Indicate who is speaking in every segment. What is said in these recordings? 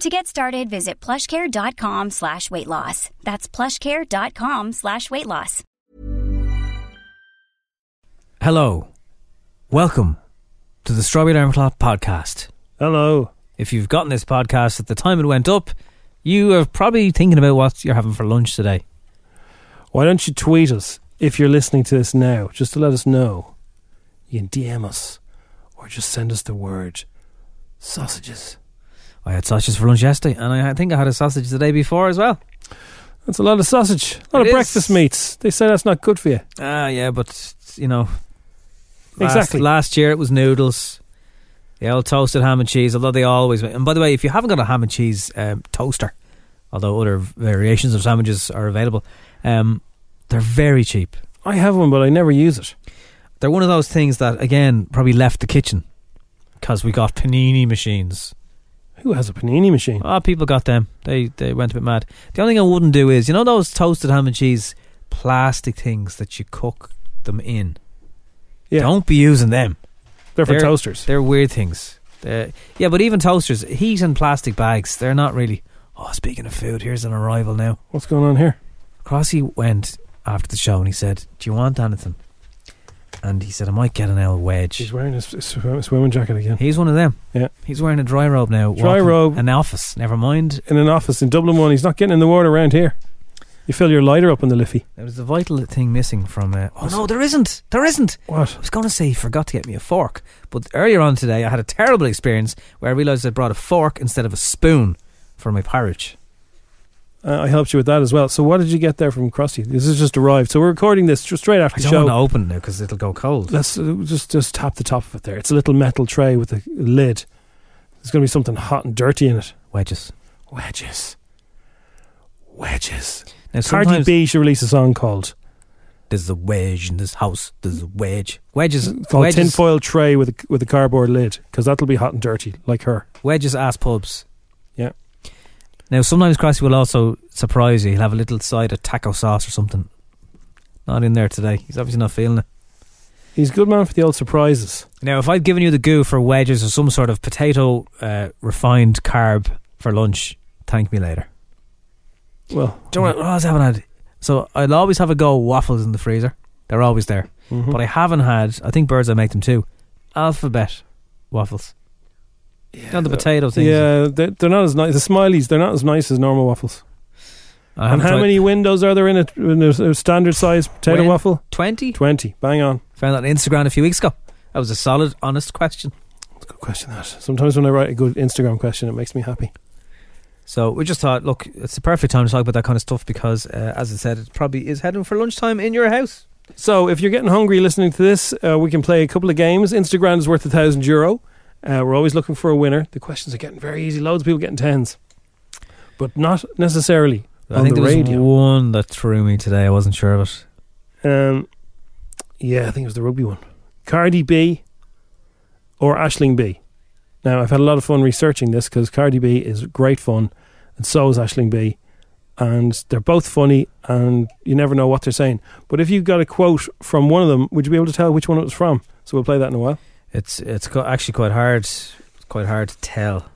Speaker 1: To get started, visit plushcare.com slash weight loss. That's plushcare.com slash weight loss.
Speaker 2: Hello. Welcome to the Strawberry Alarm Clock podcast.
Speaker 3: Hello.
Speaker 2: If you've gotten this podcast at the time it went up, you are probably thinking about what you're having for lunch today.
Speaker 3: Why don't you tweet us if you're listening to this now, just to let us know? You can DM us or just send us the word sausages.
Speaker 2: I had sausages for lunch yesterday, and I think I had a sausage the day before as well.
Speaker 3: That's a lot of sausage, a lot
Speaker 2: It
Speaker 3: of
Speaker 2: is.
Speaker 3: breakfast meats. They say that's not good for you.
Speaker 2: Ah, yeah, but you know, last,
Speaker 3: Exactly.
Speaker 2: Last year it was noodles, the old toasted ham and cheese. Although they always. And by the way, if you haven't got a ham and cheese um, toaster, although other variations of sandwiches are available, um, they're very cheap.
Speaker 3: I have one, but I never use it.
Speaker 2: They're one of those things that again probably left the kitchen because we got panini machines.
Speaker 3: Who has a panini machine?
Speaker 2: Ah, people got them. They they went a bit mad. The only thing I wouldn't do is you know those toasted ham and cheese plastic things that you cook them in.
Speaker 3: Yeah.
Speaker 2: Don't be using them.
Speaker 3: They're for
Speaker 2: They're-
Speaker 3: toasters.
Speaker 2: They're weird things. They're- yeah, but even toasters, heat and plastic bags, they're not really. Oh, speaking of food, here's an arrival now.
Speaker 3: What's going on here?
Speaker 2: Crossy went after the show and he said, Do you want anything? And he said, I might get an L
Speaker 3: She's
Speaker 2: wedge.
Speaker 3: wearing a, s- a sw- a swimming jacket again.
Speaker 2: He's one of them.
Speaker 3: Yeah.
Speaker 2: He's wearing a dry robe now.
Speaker 3: Dry
Speaker 2: walking
Speaker 3: robe.
Speaker 2: An office. Never mind.
Speaker 3: In an office in Dublin one, he's not getting in the water around here. You fill your lighter up in the liffey.
Speaker 2: There was a vital thing missing from. Uh, oh, no, there isn't. There isn't. I
Speaker 3: What?
Speaker 2: was going to say he forgot to get me a fork, but earlier on today I had a terrible experience where I realised I brought a fork instead of a spoon for my porridge.
Speaker 3: Uh, I helped you with that as well. So what did you get there from Crossy? This has just arrived. So we're recording this just straight after
Speaker 2: I
Speaker 3: the
Speaker 2: don't
Speaker 3: show.
Speaker 2: want to open it now because it'll go cold.
Speaker 3: Let's uh, just just tap the top of it there. It's a little metal tray with a lid. There's going to be something hot and dirty in it.
Speaker 2: Wedges.
Speaker 3: Wedges. Wedges.
Speaker 2: Now
Speaker 3: Cardi
Speaker 2: sometimes
Speaker 3: B should release a song called,
Speaker 2: there's a wedge in this house. There's a wedge. Wedges.
Speaker 3: called
Speaker 2: wedges.
Speaker 3: Tinfoil Tray with a, with a cardboard lid because that'll be hot and dirty like her.
Speaker 2: Wedges ass pubs.
Speaker 3: Yeah.
Speaker 2: Now sometimes Crossy will also surprise you. He'll have a little side of taco sauce or something. Not in there today. He's obviously not feeling it.
Speaker 3: He's a good man for the old surprises.
Speaker 2: Now, if I'd given you the goo for wedges or some sort of potato uh, refined carb for lunch, thank me later.
Speaker 3: Well,
Speaker 2: Do you know what I was having had? So I'll always have a go at waffles in the freezer. They're always there.
Speaker 3: mhm.
Speaker 2: but I haven't had. I think birds I make them too. Alphabet waffles.
Speaker 3: yeah,
Speaker 2: Not the
Speaker 3: they're-
Speaker 2: potato things.
Speaker 3: Yeah, they're, they're not as nice. The smileys, they're not as nice as normal waffles.
Speaker 2: I
Speaker 3: and how many windows are there in a, in a, a standard size potato
Speaker 2: When-
Speaker 3: waffle?
Speaker 2: Twenty.
Speaker 3: 20. Bang on.
Speaker 2: Found that on Instagram a few weeks ago. That was a solid, honest question.
Speaker 3: Good question that. Sometimes when I write a good Instagram question, it makes me happy.
Speaker 2: So we just thought, look, it's the perfect time to talk about that kind of stuff because, uh, as I said, it probably is heading for lunchtime in your house.
Speaker 3: So if you're getting hungry listening to this, uh, we can play a couple of games. Instagram is worth a thousand euro. Uh, we're always looking for a winner. The questions are getting very easy. Loads of people getting tens, but not necessarily
Speaker 2: I
Speaker 3: on
Speaker 2: think
Speaker 3: the
Speaker 2: there
Speaker 3: radio.
Speaker 2: was one that threw me today. I wasn't sure of it.
Speaker 3: Um, yeah, I think it was the rugby one. Cardi B or Ashling B. Now, I've had a lot of fun researching this because Cardi B is great fun, and so is Ashling B. And they're both funny, and you never know what they're saying. But if you got a quote from one of them, would you be able to tell which one it was from? So we'll play that in a while.
Speaker 2: It's it's co- actually quite hard, it's quite hard to tell.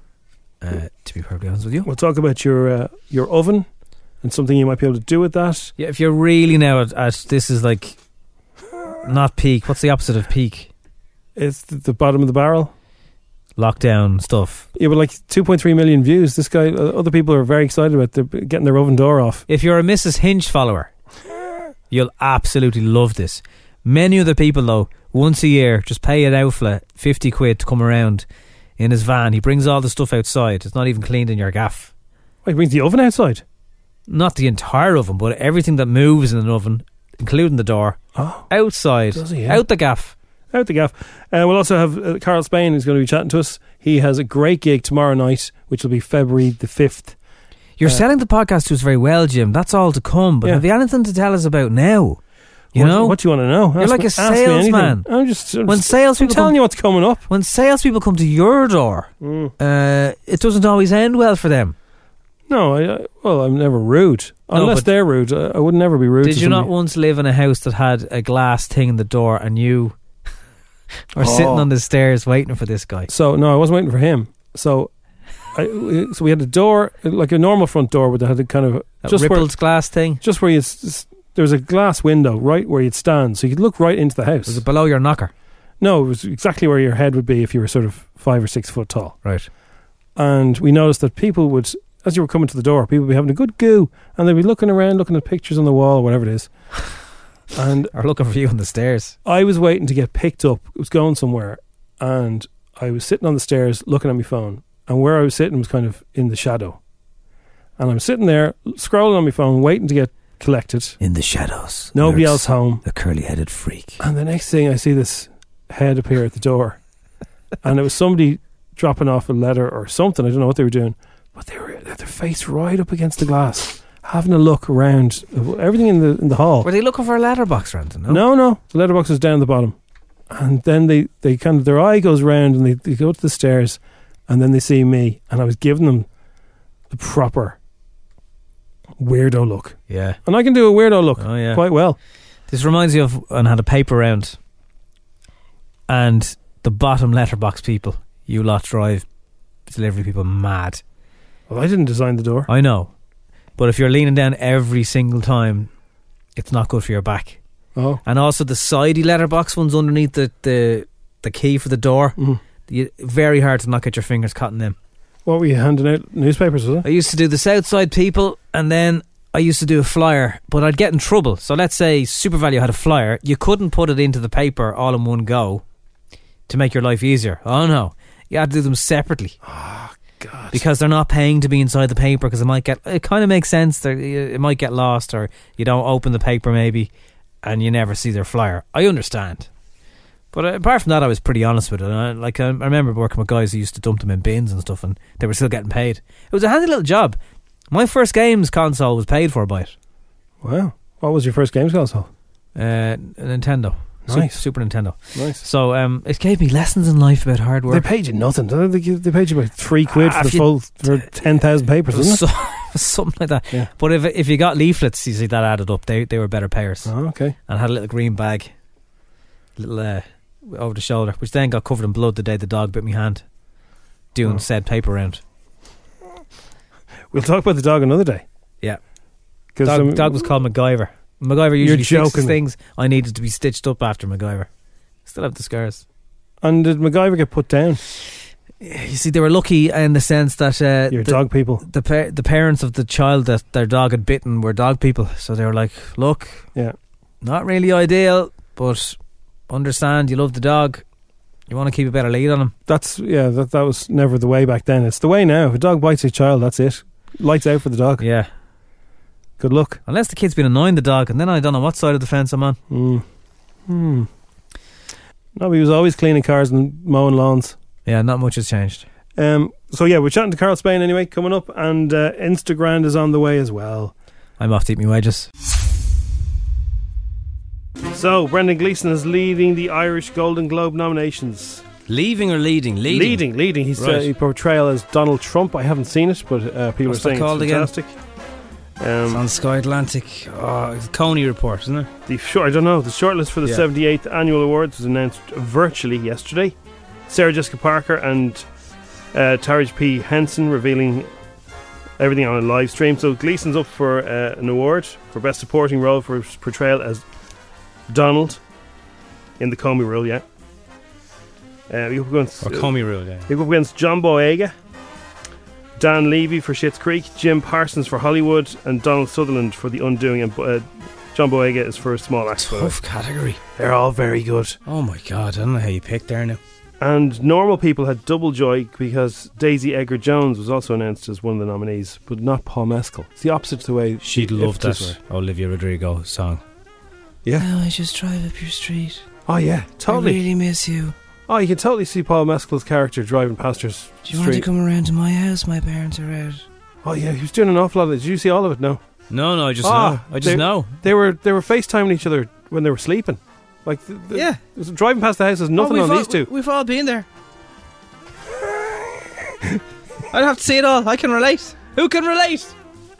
Speaker 2: Uh, to be perfectly honest with you.
Speaker 3: We'll talk about your uh, your oven and something you might be able to do with that.
Speaker 2: Yeah, if you're really now at, at this is like not peak. What's the opposite of peak?
Speaker 3: It's the, the bottom of the barrel.
Speaker 2: Lockdown stuff.
Speaker 3: Yeah, but like 2.3 million views. This guy, uh, other people are very excited about the, getting their oven door off.
Speaker 2: If you're a Mrs. Hinge follower, You'll absolutely love this. Many other people, though, once a year, just pay an outfla 50 quid to come around in his van. He brings all the stuff outside. It's not even cleaned in your gaff.
Speaker 3: Wait, it brings the oven outside.
Speaker 2: Not the entire oven, but everything that moves in an oven, including the door,
Speaker 3: Oh,
Speaker 2: outside,
Speaker 3: Does he, yeah?
Speaker 2: out the gaff.
Speaker 3: out the gaff. Uh, we'll also have uh, Carl Spain who's going to be chatting to us. He has a great gig tomorrow night, which will be February the 5th.
Speaker 2: You're
Speaker 3: Uh,
Speaker 2: selling the podcast to us very well, Jim. That's all to come. But
Speaker 3: Yeah.
Speaker 2: have you anything to tell us about now? You
Speaker 3: what,
Speaker 2: know,
Speaker 3: What do you want to know?
Speaker 2: You're like a
Speaker 3: me- me anything.
Speaker 2: salesman.
Speaker 3: I'm just, I'm,
Speaker 2: when
Speaker 3: just- I'm
Speaker 2: salespeople
Speaker 3: telling
Speaker 2: come,
Speaker 3: you what's coming up.
Speaker 2: when salespeople come to your door,
Speaker 3: Mm.
Speaker 2: uh, it doesn't always end well for them.
Speaker 3: No, I, I, well, I'm never rude.
Speaker 2: No,
Speaker 3: Unless
Speaker 2: but-
Speaker 3: they're rude. I, I would never be rude
Speaker 2: Did
Speaker 3: to
Speaker 2: you not
Speaker 3: somebody.
Speaker 2: once live in a house that had a glass thing in the door and you were sitting
Speaker 3: Oh.
Speaker 2: on the stairs waiting for this guy?
Speaker 3: So, no, I wasn't waiting for him. So... I, uh, so we had a door, like a normal front door, but they had a kind of
Speaker 2: That
Speaker 3: just where
Speaker 2: rippled glass thing?
Speaker 3: just where you s- s- there was a glass window right where you'd stand, so you could look right into the house.
Speaker 2: Was it below your knocker?
Speaker 3: no, it was exactly where your head would be if you were sort of five or six foot tall.
Speaker 2: Right.
Speaker 3: And we noticed that people would, as you were coming to the door, people would be having a good goo, and they'd be looking around, looking at pictures on the wall, or whatever it is. and
Speaker 2: Or looking for you on the stairs.
Speaker 3: I was waiting to get picked up. It was going somewhere, and I was sitting on the stairs looking at my phone. And where I was sitting was kind of in the shadow. And I'm sitting there scrolling on my phone, waiting to get collected.
Speaker 2: In the shadows.
Speaker 3: Nobody else home.
Speaker 2: A curly headed freak.
Speaker 3: And the next thing I see this head appear at the door. and it was somebody dropping off a letter or something. I don't know what they were doing. But they were they had their face right up against the glass, having a look around everything in the in the hall.
Speaker 2: Were they looking for a letterbox or anything? No.
Speaker 3: No, no. The letterbox was down the bottom. And then they, they kind of their eye goes round and they, they go to the stairs and then they see me and I was giving them the proper weirdo look.
Speaker 2: Yeah.
Speaker 3: And I can do a weirdo look
Speaker 2: Oh, yeah.
Speaker 3: quite well.
Speaker 2: This reminds me of and had a paper round, and the bottom letterbox people, you lot drive delivery people mad.
Speaker 3: Well, I didn't design the door.
Speaker 2: I know, but if you're leaning down every single time, it's not good for your back.
Speaker 3: Oh.
Speaker 2: And also the sidey letterbox ones underneath the the, the key for the door.
Speaker 3: Mm.
Speaker 2: You, very hard to not get your fingers caught in them.
Speaker 3: What were you handing out? Newspapers, was it?
Speaker 2: I used to do the Southside people, and then I used to do a flyer, but I'd get in trouble. So let's say Super Value had a flyer, you couldn't put it into the paper all in one go to make your life easier. Oh no, you had to do them separately
Speaker 3: God.
Speaker 2: because they're not paying to be inside the paper because it might get. It kind of makes sense. They're, it might get lost, or you don't open the paper maybe, and you never see their flyer. I understand. But uh, apart from that, I was pretty honest with it. And I, like I, I remember working with guys who used to dump them in bins and stuff, and they were still getting paid. It was a handy little job. My first games console was paid for by it.
Speaker 3: Wow. What was your first games console?
Speaker 2: Uh, Nintendo, Su-
Speaker 3: Nice.
Speaker 2: Super, Nintendo.
Speaker 3: Nice.
Speaker 2: So um, it gave me lessons in life about hard
Speaker 3: They
Speaker 2: work.
Speaker 3: paid you nothing. They they give- they paid you about three quid
Speaker 2: Ah,
Speaker 3: for
Speaker 2: if
Speaker 3: the
Speaker 2: you-
Speaker 3: full for ten thousand papers, wasn't it?
Speaker 2: So- something like that.
Speaker 3: Yeah.
Speaker 2: But if if you got leaflets, you see that added up. They they were better payers.
Speaker 3: Oh, okay.
Speaker 2: and had a little green bag, little uh, over the shoulder, which then got covered in blood the day the dog bit me hand, doing
Speaker 3: Oh.
Speaker 2: said paper round.
Speaker 3: We'll talk about the dog another day.
Speaker 2: Yeah.
Speaker 3: Because um,
Speaker 2: dog, dog was called MacGyver. MacGyver
Speaker 3: You're
Speaker 2: usually
Speaker 3: joking
Speaker 2: fixes
Speaker 3: me.
Speaker 2: things. I needed to be stitched up after MacGyver. Still have the scars.
Speaker 3: and did MacGyver get put down?
Speaker 2: You see, they were lucky in the sense that uh,
Speaker 3: Your
Speaker 2: the,
Speaker 3: dog people.
Speaker 2: the par- the parents of the child that their dog had bitten were dog people, so they were like, "Look,
Speaker 3: Yeah.
Speaker 2: not really ideal, but understand you love the dog, you want to keep a better lead on him."
Speaker 3: That's yeah. That that was never the way back then. It's the way now. If a dog bites a child, that's it. Lights out for the dog.
Speaker 2: Yeah,
Speaker 3: Good luck.
Speaker 2: Unless the kid's been annoying the dog, and then I don't know what side of the fence I'm on.
Speaker 3: Mm. Hmm. No, he was always cleaning cars and mowing lawns.
Speaker 2: Yeah, not much has changed.
Speaker 3: Um. So yeah, we're chatting to Carl Spain anyway. Coming up, and uh, Instagram is on the way as well.
Speaker 2: I'm off to eat me wedges.
Speaker 3: So, Brendan Gleeson is leading the Irish Golden Globe nominations.
Speaker 2: Leaving or leading?
Speaker 3: leading. leading. He's
Speaker 2: Right.
Speaker 3: uh, his portrayal as Donald Trump. I haven't seen it, but uh, people
Speaker 2: What's
Speaker 3: are
Speaker 2: that
Speaker 3: saying
Speaker 2: called
Speaker 3: it's
Speaker 2: again?
Speaker 3: fantastic. Um,
Speaker 2: on Sky Atlantic. Oh, it's Coney report, isn't it?
Speaker 3: the short, I don't know. The shortlist for the
Speaker 2: Yeah.
Speaker 3: 78th annual awards was announced virtually yesterday. Sarah Jessica Parker and uh, Taraj P Henson revealing everything on a live stream. So Gleason's up for uh, an award for best supporting role for his portrayal as Donald in the Comey Rule. Yeah. Uh, you're going to,
Speaker 2: rule, yeah.
Speaker 3: They go up against John Boyega, Dan Levy for Schitt's Creek, Jim Parsons for Hollywood, and Donald Sutherland for The Undoing, and uh, John Boyega is for a small act. by the way.
Speaker 2: Tough category.
Speaker 3: They're all very good.
Speaker 2: Oh my god, I don't know how you picked there now.
Speaker 3: And normal people had double joy because Daisy Edgar Jones was also announced as one of the nominees, but not Paul Mescal. It's the opposite to the way
Speaker 2: She'd
Speaker 3: if
Speaker 2: love
Speaker 3: this
Speaker 2: that
Speaker 3: were-
Speaker 2: Olivia Rodrigo song.
Speaker 3: Yeah.
Speaker 2: I just drive up your street.
Speaker 3: Oh yeah, totally.
Speaker 2: really miss you.
Speaker 3: Oh, you can totally see Paul Mescal's character driving past her s- street.
Speaker 2: come around to my house? My parents are out.
Speaker 3: oh yeah, he was doing an awful lot of it. Did you see all of it? No,
Speaker 2: No, no, I just
Speaker 3: Ah,
Speaker 2: know. I
Speaker 3: they-
Speaker 2: just know.
Speaker 3: they were they were FaceTiming each other when they were sleeping. Like th- th-
Speaker 2: Yeah.
Speaker 3: it was driving past the house is nothing
Speaker 2: Oh,
Speaker 3: on
Speaker 2: we've
Speaker 3: these
Speaker 2: all-
Speaker 3: two.
Speaker 2: We've all been there. I'd have to see it all. I can relate. Who can relate?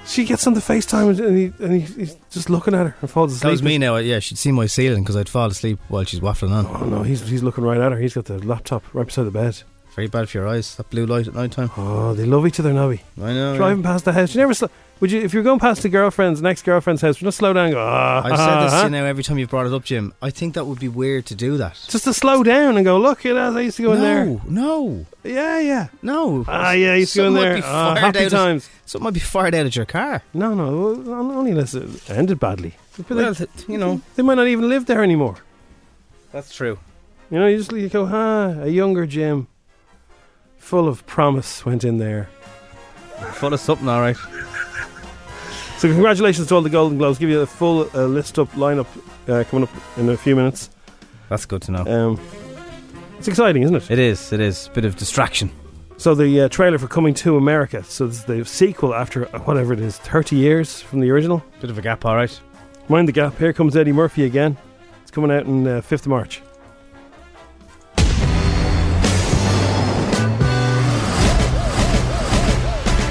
Speaker 3: She gets on the FaceTime and- and, he, and he, he's just looking at her and falls asleep.
Speaker 2: That was me now. Yeah, she'd see my ceiling because I'd fall asleep while she's waffling on.
Speaker 3: Oh no, he's he's looking right at her. He's got the laptop right beside the bed.
Speaker 2: Very bad for your eyes. That blue light at night time.
Speaker 3: Oh, they love each other, Nobby.
Speaker 2: I know.
Speaker 3: Driving past the house, you never. Sl- would you if you're going past the girlfriend's next girlfriend's house? Would you not slow down. And go. Ah,
Speaker 2: I've said this to
Speaker 3: ah,
Speaker 2: you now every time you've brought it up, Jim. I think that would be weird to do that.
Speaker 3: Just to slow down and go. Look, you know, I used to go
Speaker 2: no,
Speaker 3: in there.
Speaker 2: no,
Speaker 3: Yeah, yeah.
Speaker 2: no.
Speaker 3: Ah, yeah, he's
Speaker 2: Something
Speaker 3: going
Speaker 2: might
Speaker 3: there.
Speaker 2: be
Speaker 3: Ah,
Speaker 2: fired
Speaker 3: happy
Speaker 2: out of-
Speaker 3: times.
Speaker 2: Something might be fired out at your car.
Speaker 3: No, no, well, only unless it ended badly. But
Speaker 2: well,
Speaker 3: they,
Speaker 2: th- you know,
Speaker 3: they might not even live there anymore.
Speaker 2: that's true.
Speaker 3: You know, you just you go, ah, a younger Jim, full of promise, went in there.
Speaker 2: Full of something, all right.
Speaker 3: So congratulations to all the Golden Globes. Give you a full uh, list up lineup uh, coming up in a few minutes.
Speaker 2: That's good to know.
Speaker 3: Um, it's exciting, isn't it?
Speaker 2: It is. It is. Bit of distraction.
Speaker 3: So the uh, trailer for Coming to America. So it's the sequel after uh, whatever it is, thirty years from the original.
Speaker 2: Bit of a gap, all right.
Speaker 3: Mind the gap. Here comes Eddie Murphy again. It's coming out on uh, 5th of March.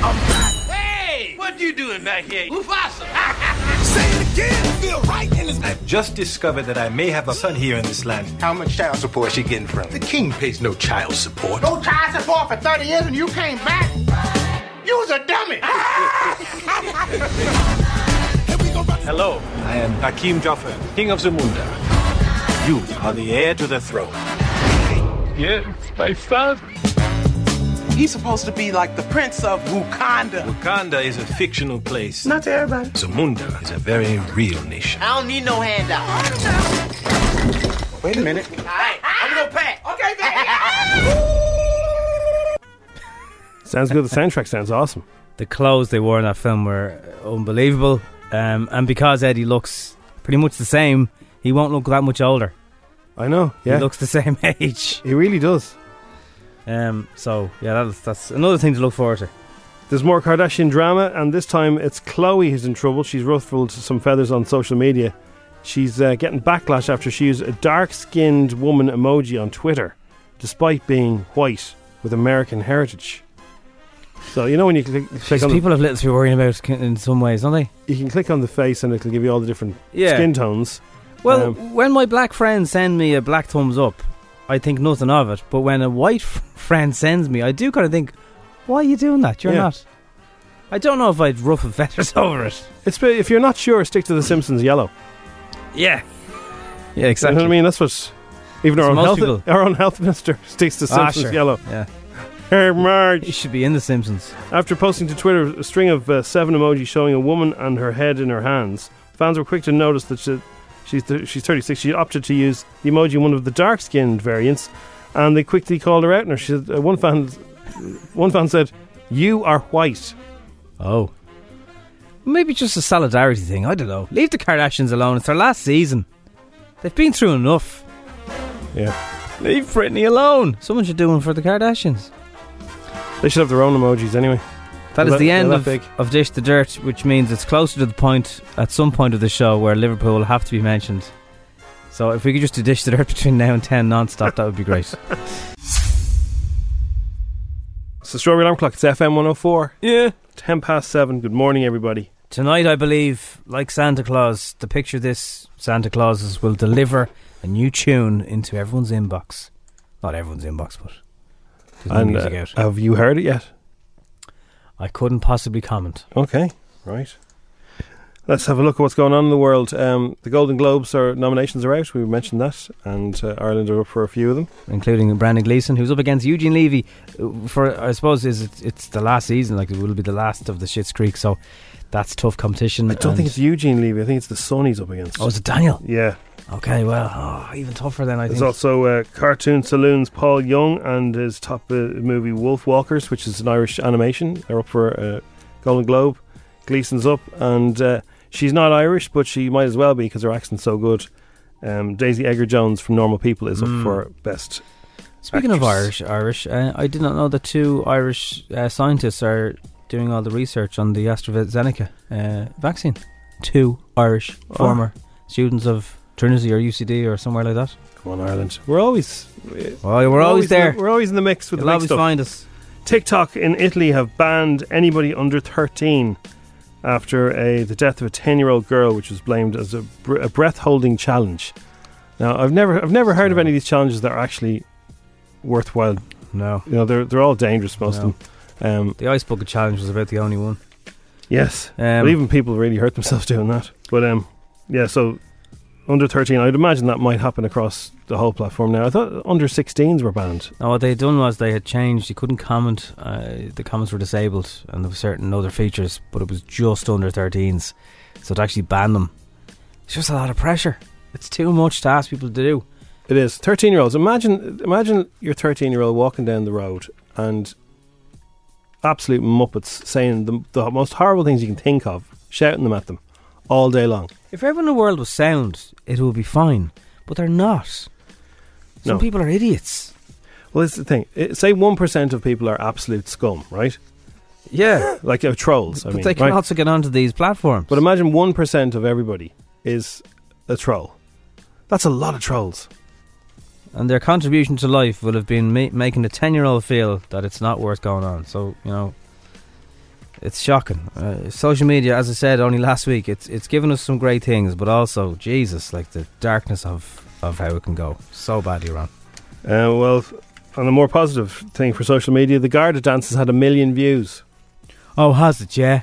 Speaker 4: Hey! What you doing back here? Mufasa!
Speaker 5: Just discovered that I may have a son here in this land.
Speaker 6: How much child support she getting from?
Speaker 5: The king pays no child support.
Speaker 6: No child support for 30 years and you came back? You was a dummy.
Speaker 5: Hello, I am Hakim Jaffer, king of Zamunda. You are the heir to the throne.
Speaker 6: He's supposed to be like the prince of Wakanda.
Speaker 5: Wakanda is a fictional place.
Speaker 6: Not to everybody.
Speaker 5: Zamunda is a very real nation.
Speaker 6: I don't need no handout. Wait a minute. All right, I'm gonna pack. Okay,
Speaker 3: Sounds good. The soundtrack sounds awesome.
Speaker 2: The clothes they wore in that film were unbelievable. Um, and because Eddie looks pretty much the same, he won't look that much older.
Speaker 3: I know. Yeah,
Speaker 2: He looks the same age.
Speaker 3: He really does.
Speaker 2: Um, so yeah, that's that's another thing to look forward to.
Speaker 3: There's more Kardashian drama, and this time it's Chloe who's in trouble. She's ruffled some feathers on social media. She's uh, getting backlash after she used a dark skinned woman emoji on Twitter, despite being white with American heritage. So, you know, when you click, click
Speaker 2: Because
Speaker 3: on
Speaker 2: people have little to be worrying about c- in some ways, don't they?
Speaker 3: the, you can click on the face and it'll give you all the different
Speaker 2: Yeah.
Speaker 3: skin tones.
Speaker 2: Well,
Speaker 3: Um,
Speaker 2: when my black friends send me a black thumbs up, I think nothing of it. But when a white f- friend sends me, I do kind of think, why are you doing that? You're
Speaker 3: Yeah.
Speaker 2: not. I don't know if I'd ruffle feathers over it.
Speaker 3: It's, ba- if you're not sure, stick to The Simpsons Yellow.
Speaker 2: Yeah. Yeah, exactly.
Speaker 3: You know what I mean? That's what even our
Speaker 2: It's
Speaker 3: own,
Speaker 2: most
Speaker 3: health,
Speaker 2: people.
Speaker 3: our own health minister sticks to
Speaker 2: Ah,
Speaker 3: Simpsons
Speaker 2: sure.
Speaker 3: Yellow.
Speaker 2: Yeah.
Speaker 3: Hey, Marge.
Speaker 2: It should be in The Simpsons.
Speaker 3: After posting to Twitter a string of uh, seven emojis showing a woman and her head in her hands, fans were quick to notice that she, she's, th- she's 36. She opted to use the emoji in one of the dark skinned variants, and they quickly called her out. And her. She, said- uh, one, fan, one fan said, You are white.
Speaker 2: Oh. Maybe just a solidarity thing. I don't know. Leave the Kardashians alone. It's their last season. They've been through enough.
Speaker 3: Yeah.
Speaker 2: Leave Britney alone. Someone should do one for the Kardashians.
Speaker 3: They should have their own emojis anyway.
Speaker 2: That is
Speaker 3: They're
Speaker 2: the
Speaker 3: that-
Speaker 2: end
Speaker 3: they're
Speaker 2: of,
Speaker 3: that big.
Speaker 2: of Dish the Dirt, which means it's closer to the point at some point of the show where Liverpool will have to be mentioned. So if we could just do Dish the Dirt between now and 10 non stop, that would be great.
Speaker 3: So, Strawberry Alarm Clock, it's FM 104. Yeah. 10 past 7. Good morning, everybody.
Speaker 2: Tonight, I believe, like Santa Claus, the picture this Santa Clauses will deliver a new tune into everyone's inbox. Not everyone's inbox, but there's no
Speaker 3: And
Speaker 2: music
Speaker 3: uh,
Speaker 2: out.
Speaker 3: have you heard it yet?
Speaker 2: I couldn't possibly comment.
Speaker 3: Okay, right. Let's have a look at what's going on in the world. Um, the Golden Globes are nominations are out. We mentioned that, and uh, Ireland are up for a few of them.
Speaker 2: including Brandon Gleeson, who's up against Eugene Levy uh, for I suppose is it, it's the last season, like it will be the last of the Shits Creek. So That's tough competition.
Speaker 3: I don't
Speaker 2: and-
Speaker 3: think it's Eugene Levy. I think it's the son he's up against.
Speaker 2: Oh, is it Daniel?
Speaker 3: yeah.
Speaker 2: Okay, well, oh, even tougher then, I
Speaker 3: There's
Speaker 2: think.
Speaker 3: also uh, Cartoon Saloon's Paul Young and his top uh, movie Wolf Walkers, which is an Irish animation. They're up for uh, Golden Globe. Gleason's up, and uh, she's not Irish, but she might as well be because her accent's so good. Um, Daisy Edgar Jones from Normal People is
Speaker 2: Mm.
Speaker 3: up for best.
Speaker 2: Speaking of
Speaker 3: actress.
Speaker 2: Irish, Irish, uh, I did not know that two Irish uh, scientists are doing all the research on the AstraZeneca uh, vaccine. Two Irish former students of Trinity or UCD or somewhere like that.
Speaker 3: Come on, Ireland. We're always we're,
Speaker 2: Well, we're always there.
Speaker 3: we're always in the mix with
Speaker 2: You'll
Speaker 3: the big
Speaker 2: always
Speaker 3: stuff.
Speaker 2: find us.
Speaker 3: TikTok in Italy have banned anybody under 13 after a, the death of a 10-year-old girl, which was blamed as a, br- a breath-holding challenge. Now, I've never, I've never heard of any of these challenges that are actually worthwhile.
Speaker 2: No.
Speaker 3: You know, they're they're all dangerous, most of them. Um,
Speaker 2: The ice bucket challenge was about the only one.
Speaker 3: yes,
Speaker 2: Um,
Speaker 3: but even people really hurt themselves doing that. But um, yeah, so under 13, I'd imagine that might happen across the whole platform now. I thought under 16s were banned.
Speaker 2: Now, what they had done was they had changed. You couldn't comment. Uh, the comments were disabled, and there were certain other features, but it was just under 13s. So to actually ban them, it's just a lot of pressure. It's too much to ask people to do.
Speaker 3: It is thirteen year olds. Imagine, imagine your thirteen year old walking down the road and absolute muppets saying the, the most horrible things you can think of, shouting them at them all day long.
Speaker 2: If everyone in the world was sound, it would be fine. But they're not. Some
Speaker 3: No.
Speaker 2: people are idiots.
Speaker 3: Well, this is the thing. It, say one percent of people are absolute scum, right?
Speaker 2: Yeah,
Speaker 3: Like uh, trolls. I
Speaker 2: but
Speaker 3: mean,
Speaker 2: they can
Speaker 3: right?
Speaker 2: also get onto these platforms.
Speaker 3: But imagine one percent of everybody is a troll. That's a lot of trolls.
Speaker 2: and their contribution to life will have been ma- making a 10 year old feel that it's not worth going on. So, you know, it's shocking. Uh, social media, as I said only last week, it's it's given us some great things, but also, Jesus, like the darkness of, of how it can go so badly wrong.
Speaker 3: Uh, well, on a more positive thing for social media, the Garda dance has had a million views.
Speaker 2: Oh, has it, yeah?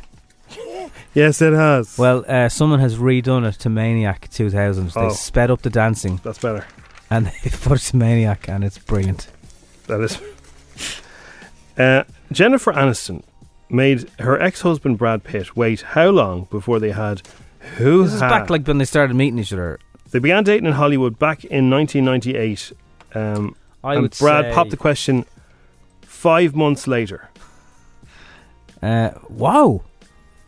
Speaker 3: Yes, it has.
Speaker 2: Well, uh, someone has redone it to Maniac 2000. They
Speaker 3: Oh.
Speaker 2: sped up the dancing
Speaker 3: that's better.
Speaker 2: and they put it to Maniac, and it's brilliant.
Speaker 3: That is. Uh, Jennifer Aniston made her ex-husband Brad Pitt wait how long before they had who
Speaker 2: This is back like when they started meeting each other.
Speaker 3: they began dating in Hollywood back in 1998. Um,
Speaker 2: I
Speaker 3: and
Speaker 2: would
Speaker 3: Brad
Speaker 2: say-
Speaker 3: popped the question five months later.
Speaker 2: Uh, wow.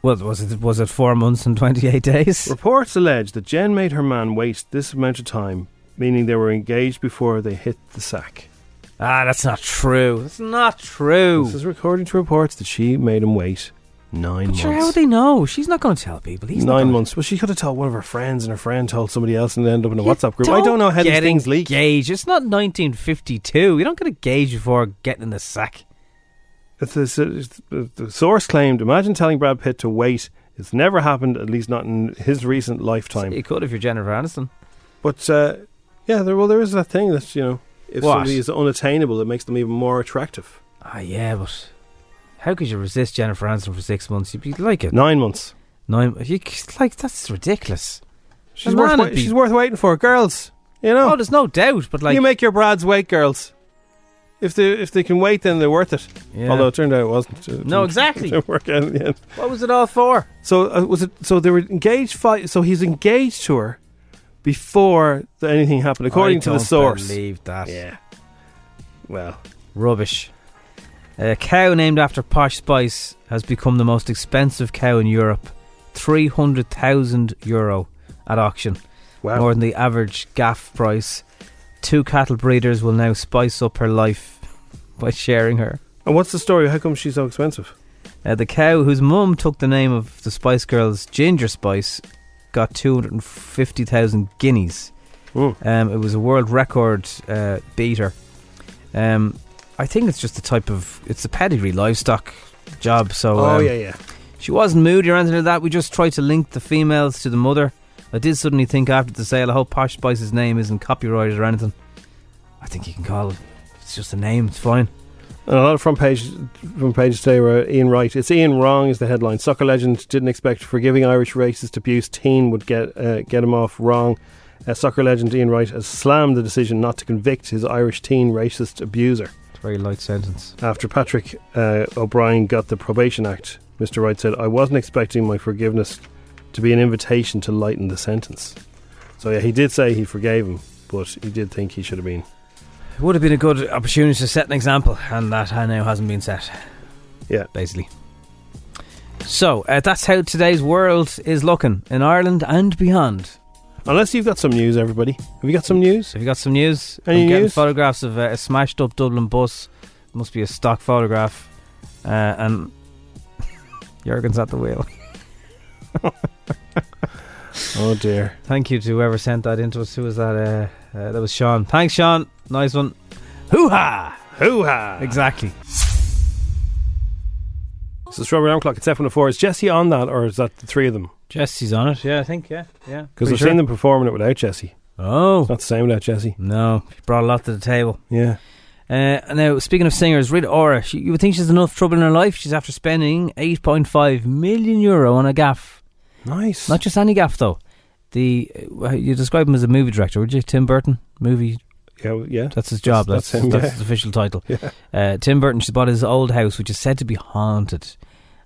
Speaker 2: Well, was it was it four months and twenty eight days?
Speaker 3: Reports allege that Jen made her man wait this amount of time, meaning they were engaged before they hit the sack.
Speaker 2: Ah, that's not true. That's not true.
Speaker 3: This is according to reports that she made him wait nine
Speaker 2: sure, how
Speaker 3: months.
Speaker 2: would they know? She's not going to tell people. He's not
Speaker 3: Nine
Speaker 2: gonna-
Speaker 3: months. Well, she could have told one of her friends, and her friend told somebody else, and they end up in a
Speaker 2: You
Speaker 3: WhatsApp group. I don't know how these
Speaker 2: get
Speaker 3: things leak.
Speaker 2: engaged. It's not 1952. You don't get engaged before getting in the sack.
Speaker 3: It's- it's- it's- the source claimed, "Imagine telling Brad Pitt to wait. It's never happened, at least not in his recent lifetime."
Speaker 2: You could if you're Jennifer Aniston.
Speaker 3: But uh, yeah, there, well, there is that thing that you know, if
Speaker 2: What?
Speaker 3: somebody is unattainable, it makes them even more attractive.
Speaker 2: Ah, yeah, but how could you resist Jennifer Aniston for six months? You'd be like it.
Speaker 3: Nine months.
Speaker 2: Nine. You, like that's ridiculous.
Speaker 3: She's
Speaker 2: A
Speaker 3: worth,
Speaker 2: man would
Speaker 3: wait-
Speaker 2: be-
Speaker 3: she's worth waiting for, girls. You know,
Speaker 2: oh, there's no doubt. But like,
Speaker 3: you make your Brads wait, girls. If they if they can wait, then they're worth it.
Speaker 2: Yeah.
Speaker 3: Although it turned out it wasn't. It
Speaker 2: No,
Speaker 3: didn't-
Speaker 2: exactly.
Speaker 3: Didn't work out in the end.
Speaker 2: what was it all for?
Speaker 3: So uh, was it? So they were engaged. Five, so he's engaged to her before th- anything happened, according
Speaker 2: I
Speaker 3: to the
Speaker 2: don't
Speaker 3: source.
Speaker 2: Believe that. Yeah.
Speaker 3: Well,
Speaker 2: Rubbish. A cow named after Posh Spice has become the most expensive cow in Europe. 300,000 euro at auction,
Speaker 3: wow.
Speaker 2: more than the average gaff price. Two cattle breeders will now spice up her life by sharing her.
Speaker 3: and what's the story? How come she's so expensive?
Speaker 2: Uh, the cow, whose mum took the name of the Spice Girls Ginger Spice, got 250,000 guineas.
Speaker 3: Mm.
Speaker 2: Um, it was a world record uh, beater. Um, I think it's just the type of it's a pedigree livestock job. So
Speaker 3: Oh,
Speaker 2: um,
Speaker 3: yeah.
Speaker 2: she wasn't moody or anything like that. We just tried to link the females to the mother. I did suddenly think after the sale, I hope Posh Spice's name isn't copyrighted or anything. I think you can call it. It's just a name. It's fine.
Speaker 3: And a lot of front page front pages today were Ian Wright. It's Ian Wrong is the headline. Soccer legend didn't expect forgiving Irish racist abuse teen would get uh, get him off wrong. Uh, soccer legend Ian Wright has slammed the decision not to convict his Irish teen racist abuser.
Speaker 2: It's a very light sentence.
Speaker 3: after Patrick uh, O'Brien got the Probation Act Mr. Wright said, I wasn't expecting my forgiveness to be an invitation to lighten the sentence. So, yeah, he did say he forgave him, but he did think he should have been.
Speaker 2: It would have been a good opportunity to set an example, and that now hasn't been set.
Speaker 3: Yeah.
Speaker 2: Basically. So, uh, that's how today's world is looking in Ireland and beyond.
Speaker 3: Unless you've got some news, everybody. Have you got some news?
Speaker 2: Have you got some news?
Speaker 3: Any
Speaker 2: I'm getting
Speaker 3: news?
Speaker 2: photographs of uh, a smashed up Dublin bus. Must be a stock photograph. Uh, and Jurgen's at the wheel.
Speaker 3: Oh, dear.
Speaker 2: Thank you to whoever sent that into us. Who was that? Uh, uh, that was Sean. Thanks, Sean. Nice one. Hoo ha!
Speaker 3: Hoo ha!
Speaker 2: Exactly.
Speaker 3: So, Strawberry Alarm Clock at 704. Is Jesse on that, or is that the three of them?
Speaker 2: Jesse's on it. Yeah, I think. Yeah, yeah.
Speaker 3: Because
Speaker 2: Pretty
Speaker 3: we've seen them performing it without Jesse.
Speaker 2: Oh
Speaker 3: It's not the same without Jesse.
Speaker 2: no, she brought a lot to the table.
Speaker 3: Yeah.
Speaker 2: Uh, now, speaking of singers, Rita Ora, she, you would think she's enough trouble in her life. She's after spending 8.5 million euro on a gaff.
Speaker 3: Nice.
Speaker 2: Not just any gaff, though. The uh, You describe him as a movie director, would you? Tim Burton? Movie
Speaker 3: yeah, well, yeah.
Speaker 2: That's his job.
Speaker 3: That's-
Speaker 2: That's
Speaker 3: that's
Speaker 2: that's,
Speaker 3: him, yeah.
Speaker 2: his official title. Uh, Tim Burton. She bought his old house, which is said to be haunted.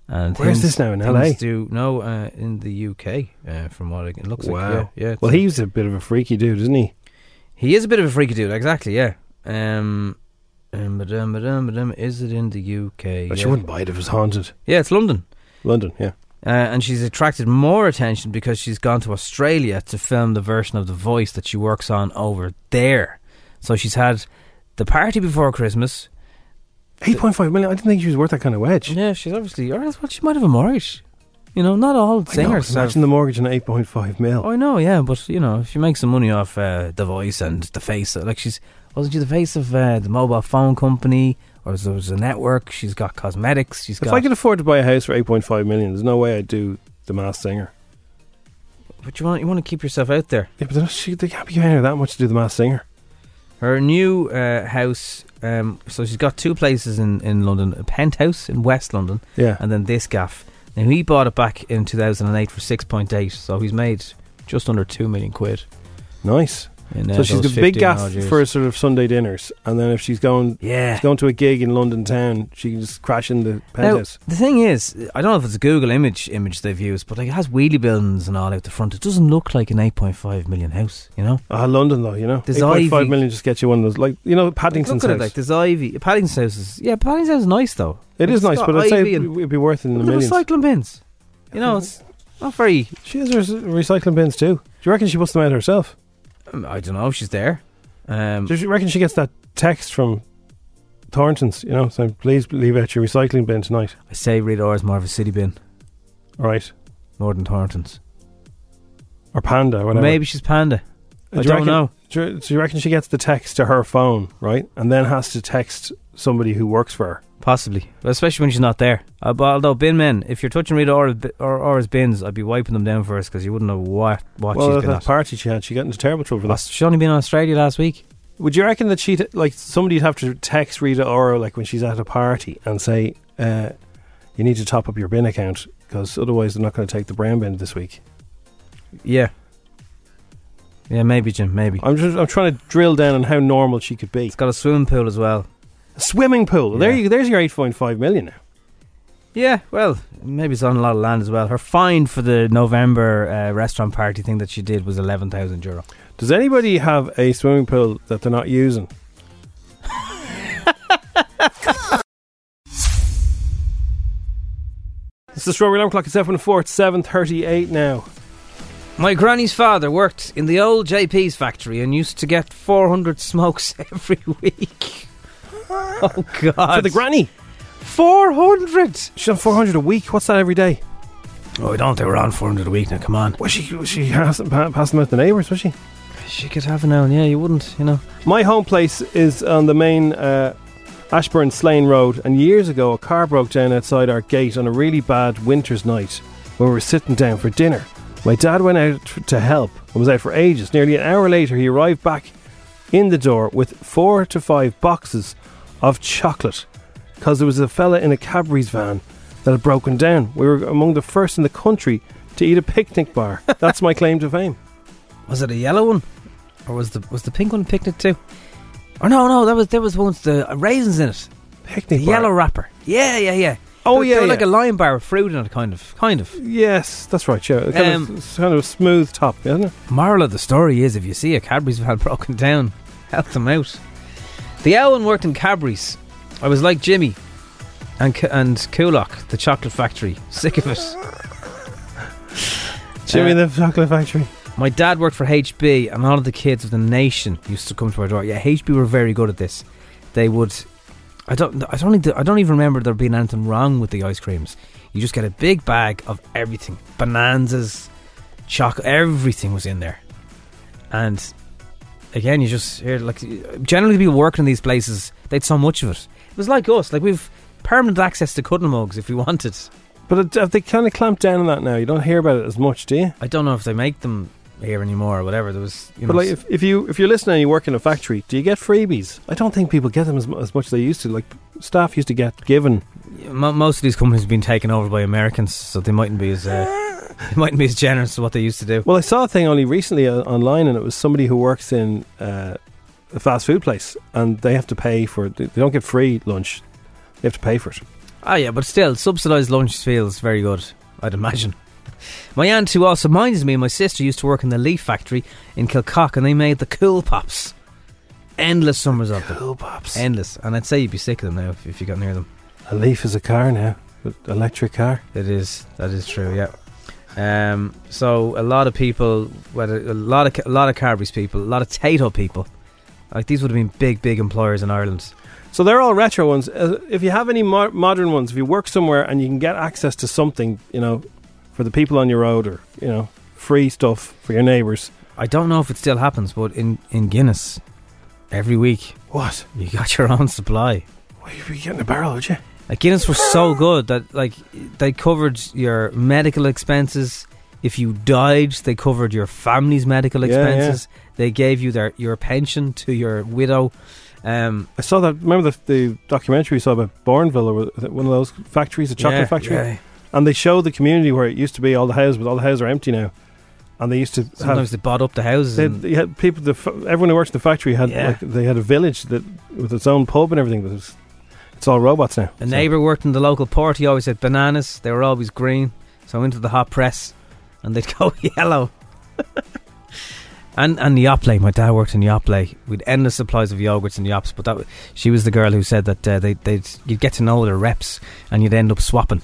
Speaker 2: And
Speaker 3: Where is
Speaker 2: things-
Speaker 3: this now, in
Speaker 2: things
Speaker 3: LA?
Speaker 2: Do no uh, in the UK, uh, from what it looks like.
Speaker 3: Wow.
Speaker 2: Yeah, yeah. it's
Speaker 3: Well,
Speaker 2: a-
Speaker 3: he's a bit of a freaky dude, isn't he?
Speaker 2: he is a bit of a freaky dude. Exactly. Yeah. Um. um, ba-dum, ba-dum, ba-dum, Is it in the
Speaker 3: But
Speaker 2: UK? yeah.
Speaker 3: she wouldn't buy it if it was haunted.
Speaker 2: yeah, it's London.
Speaker 3: London, yeah.
Speaker 2: Uh, and she's attracted more attention because she's gone to Australia to film the version of The Voice that she works on over there. So she's had the party before Christmas,
Speaker 3: 8.5 million. I didn't think she was worth that kind of wedge.
Speaker 2: Yeah, she's obviously. Or else, well, she might have a mortgage. You know, not all
Speaker 3: I know,
Speaker 2: singers. have-
Speaker 3: Imagine the mortgage on 8.5 mil.
Speaker 2: oh, I know, yeah, but you know, if she makes some money off uh, the voice and the face, uh, like she's wasn't she the face of uh, the mobile phone company or was there was a network? She's got cosmetics. She's
Speaker 3: if
Speaker 2: got.
Speaker 3: I could afford to buy a house for 8.5 million, there's no way I'd do The Masked Singer.
Speaker 2: but you want you want to keep yourself out there.
Speaker 3: Yeah, but they're not, she, they can't be paying her that much to do The Masked Singer.
Speaker 2: Her new uh, house. Um, so she's got two places in in London: a penthouse in West London,
Speaker 3: Yeah.
Speaker 2: and then this gaff. Now he bought it back in 2008 for 6.8, so he's made just under two million quid.
Speaker 3: nice.
Speaker 2: In, uh,
Speaker 3: so she's
Speaker 2: those
Speaker 3: got big
Speaker 2: 15
Speaker 3: gas
Speaker 2: odd years.
Speaker 3: for sort of Sunday dinners. And then if she's going
Speaker 2: Yeah.
Speaker 3: she's going to a gig in London town, she can just crash in the penthouse.
Speaker 2: The thing is, I don't know if it's a Google image image they've used, but like it has wheelie bins and all out the front. It doesn't look like an 8.5 million house, you know?
Speaker 3: Ah, London though, you know.
Speaker 2: There's
Speaker 3: 8.5
Speaker 2: ivy.
Speaker 3: million just gets you one of those. Like, you know, Paddington's
Speaker 2: look at
Speaker 3: house.
Speaker 2: it like there's ivy. Paddington's house is yeah, Paddington's house is nice though.
Speaker 3: it is
Speaker 2: It's
Speaker 3: nice,
Speaker 2: got
Speaker 3: but I'd say
Speaker 2: ivy
Speaker 3: it'd,
Speaker 2: and-
Speaker 3: it'd be worth it in the
Speaker 2: Look at the
Speaker 3: millions.
Speaker 2: recycling bins. You know, it's not very.
Speaker 3: She has her s- recycling bins too. Do you reckon she puts them out herself?
Speaker 2: um, I don't know. She's there. Um,
Speaker 3: Do you reckon she gets that text from Thornton's, you know, saying, please leave out your recycling bin tonight?
Speaker 2: I say Rita Ora is more of a city bin,
Speaker 3: All right.
Speaker 2: more than Thornton's.
Speaker 3: Or Panda, whatever. Uh,
Speaker 2: Maybe she's Panda.
Speaker 3: Do you
Speaker 2: I don't
Speaker 3: reckon-
Speaker 2: know.
Speaker 3: Do you, do you reckon she gets the text to her phone, right? And then has to text somebody who works for her?
Speaker 2: Possibly, But especially when she's not there. Uh, but although bin men, if you're touching Rita Ora's, bi- or, Ora's bins, I'd be wiping them down first because you wouldn't know what what
Speaker 3: well,
Speaker 2: she's
Speaker 3: at
Speaker 2: been
Speaker 3: that
Speaker 2: at.
Speaker 3: party she had, she got into terrible trouble for that.
Speaker 2: Aus- She's only been in Australia last week.
Speaker 3: Would you reckon that she, like, somebody'd have to text Rita Ora, like, when she's at a party and say, uh, you need to top up your bin account because otherwise they're not going to take the brown bin this week?
Speaker 2: Yeah. Yeah, maybe, Jim, maybe.
Speaker 3: I'm just I'm trying to drill down on how normal she could be.
Speaker 2: It's got a swimming pool as well.
Speaker 3: A swimming pool. There
Speaker 2: Yeah.
Speaker 3: you there's your 8.5 million now.
Speaker 2: Yeah, well, maybe it's on a lot of land as well. Her fine for the November uh, restaurant party thing that she did was 11,000 euro.
Speaker 3: Does anybody have a swimming pool that they're not using? It's the strawberry alarm clock. It's seven four. It's seven thirty-eight now.
Speaker 2: My granny's father worked in the old JP's factory and used to get 400 smokes every week. Oh, God.
Speaker 3: For the granny,
Speaker 2: 400!
Speaker 3: she's on four hundred a week. What's that every day?
Speaker 2: Oh, I don't think we're on 400 a week now, come on.
Speaker 3: Was she was she passing pa- passing them out to neighbours? Was she?
Speaker 2: She could have an hour, yeah, you wouldn't, you know.
Speaker 3: My home place is on the main uh, Ashburn Slane Road, and years ago a car broke down outside our gate on a really bad winter's night when we were sitting down for dinner. My dad went out t- to help and was out for ages. Nearly an hour later, he arrived back in the door with four to five boxes of chocolate because there was a fella in a Cadbury's van that had broken down. We were among the first in the country to eat a picnic bar. That's my claim to fame.
Speaker 2: Was it a yellow one, or was the was the pink one picnic too? Oh, Or no, no, that was there was once the uh, raisins in it, the
Speaker 3: Picnic bar.
Speaker 2: yellow wrapper. Yeah, yeah, yeah.
Speaker 3: Oh
Speaker 2: They're-
Speaker 3: yeah,
Speaker 2: they're
Speaker 3: yeah.
Speaker 2: like a lime bar with fruit in it, kind of, kind of.
Speaker 3: yes, that's right. Yeah, kind,
Speaker 2: Um,
Speaker 3: of, it's kind of a smooth top, isn't it?
Speaker 2: Moral of the story is if you see a Cadbury's van broken down, help them out. The Owen worked in Cadbury's. I was like Jimmy and K- and Kulak, the chocolate factory. Sick of it.
Speaker 3: Jimmy
Speaker 2: Uh,
Speaker 3: the Chocolate Factory.
Speaker 2: My dad worked for HB, and all of the kids of the nation used to come to our door. Yeah, HB were very good at this. They would. I don't. I don't. Even, I don't even remember there being anything wrong with the ice creams. You just get a big bag of everything: bonanzas, chocolate. Everything was in there, and again, you just hear like generally people working in these places. They'd so much of it. It was like us. Like we've permanent access to cutting mugs if we wanted.
Speaker 3: But it, have they kind of clamped down on that now? You don't hear about it as much, do you?
Speaker 2: I don't know if they make them here anymore or whatever. There was. You
Speaker 3: But
Speaker 2: know,
Speaker 3: like, if, if you if you're listening and you work in a factory, do you get freebies? I don't think people get them as, mu- as much as they used to. Like staff used to get given.
Speaker 2: Mo- most of these companies have been taken over by Americans, so they mightn't be as uh, they mightn't be as generous as what they used to do.
Speaker 3: Well, I saw a thing only recently uh, online, and it was somebody who works in uh, a fast food place, and they have to pay for. They they don't get free lunch; they have to pay for it.
Speaker 2: Ah, yeah, but still, subsidised lunch feels very good, I'd imagine. My aunt, who also minds me, and my sister used to work in the leaf factory in Kilcock, and they made the cool pops. Endless summers of them.
Speaker 3: Cool pops.
Speaker 2: Endless. And I'd say you'd be sick of them now if, if you got near them.
Speaker 3: a Leaf is a car now, an electric car.
Speaker 2: It is. That is true. Yeah. Um. So a lot of people, whether a lot of a lot of Carberry's people, a lot of Tato people, like these would have been big, big employers in Ireland.
Speaker 3: So they're all retro ones. Uh, if you have any mo- modern ones, if you work somewhere and you can get access to something, you know, for the people on your road, or you know, free stuff for your neighbours.
Speaker 2: I don't know if it still happens, but in in Guinness, every week
Speaker 3: What?
Speaker 2: you got your own supply.
Speaker 3: Well, you'd be getting a barrel, would you?
Speaker 2: Like Guinness was so good that like they covered your medical expenses. If you died, they covered your family's medical
Speaker 3: Yeah, yeah.
Speaker 2: expenses. They gave you their your pension to your widow. Um,
Speaker 3: I saw that. Remember the, the documentary we saw about Bourneville, or was it one of those factories, a chocolate
Speaker 2: yeah,
Speaker 3: factory?
Speaker 2: yeah.
Speaker 3: And they showed the community where it used to be all the houses, but all the houses are empty now. And they used to
Speaker 2: Sometimes they bought up the houses.
Speaker 3: have. They, they
Speaker 2: and-
Speaker 3: had people. The, fa- everyone who worked in the factory had.
Speaker 2: Yeah.
Speaker 3: Like, they had a village that with its own pub and everything. But it's, it's all robots now. So-
Speaker 2: A neighbour worked in the local port. He always had bananas. They were always green. So into the hot press, and they'd go yellow. and and Yoplait. My dad worked in Yoplait. We'd endless supplies of yogurts and yops. But that wa- she was the girl who said that uh, they they you'd get to know their reps, and you'd end up swapping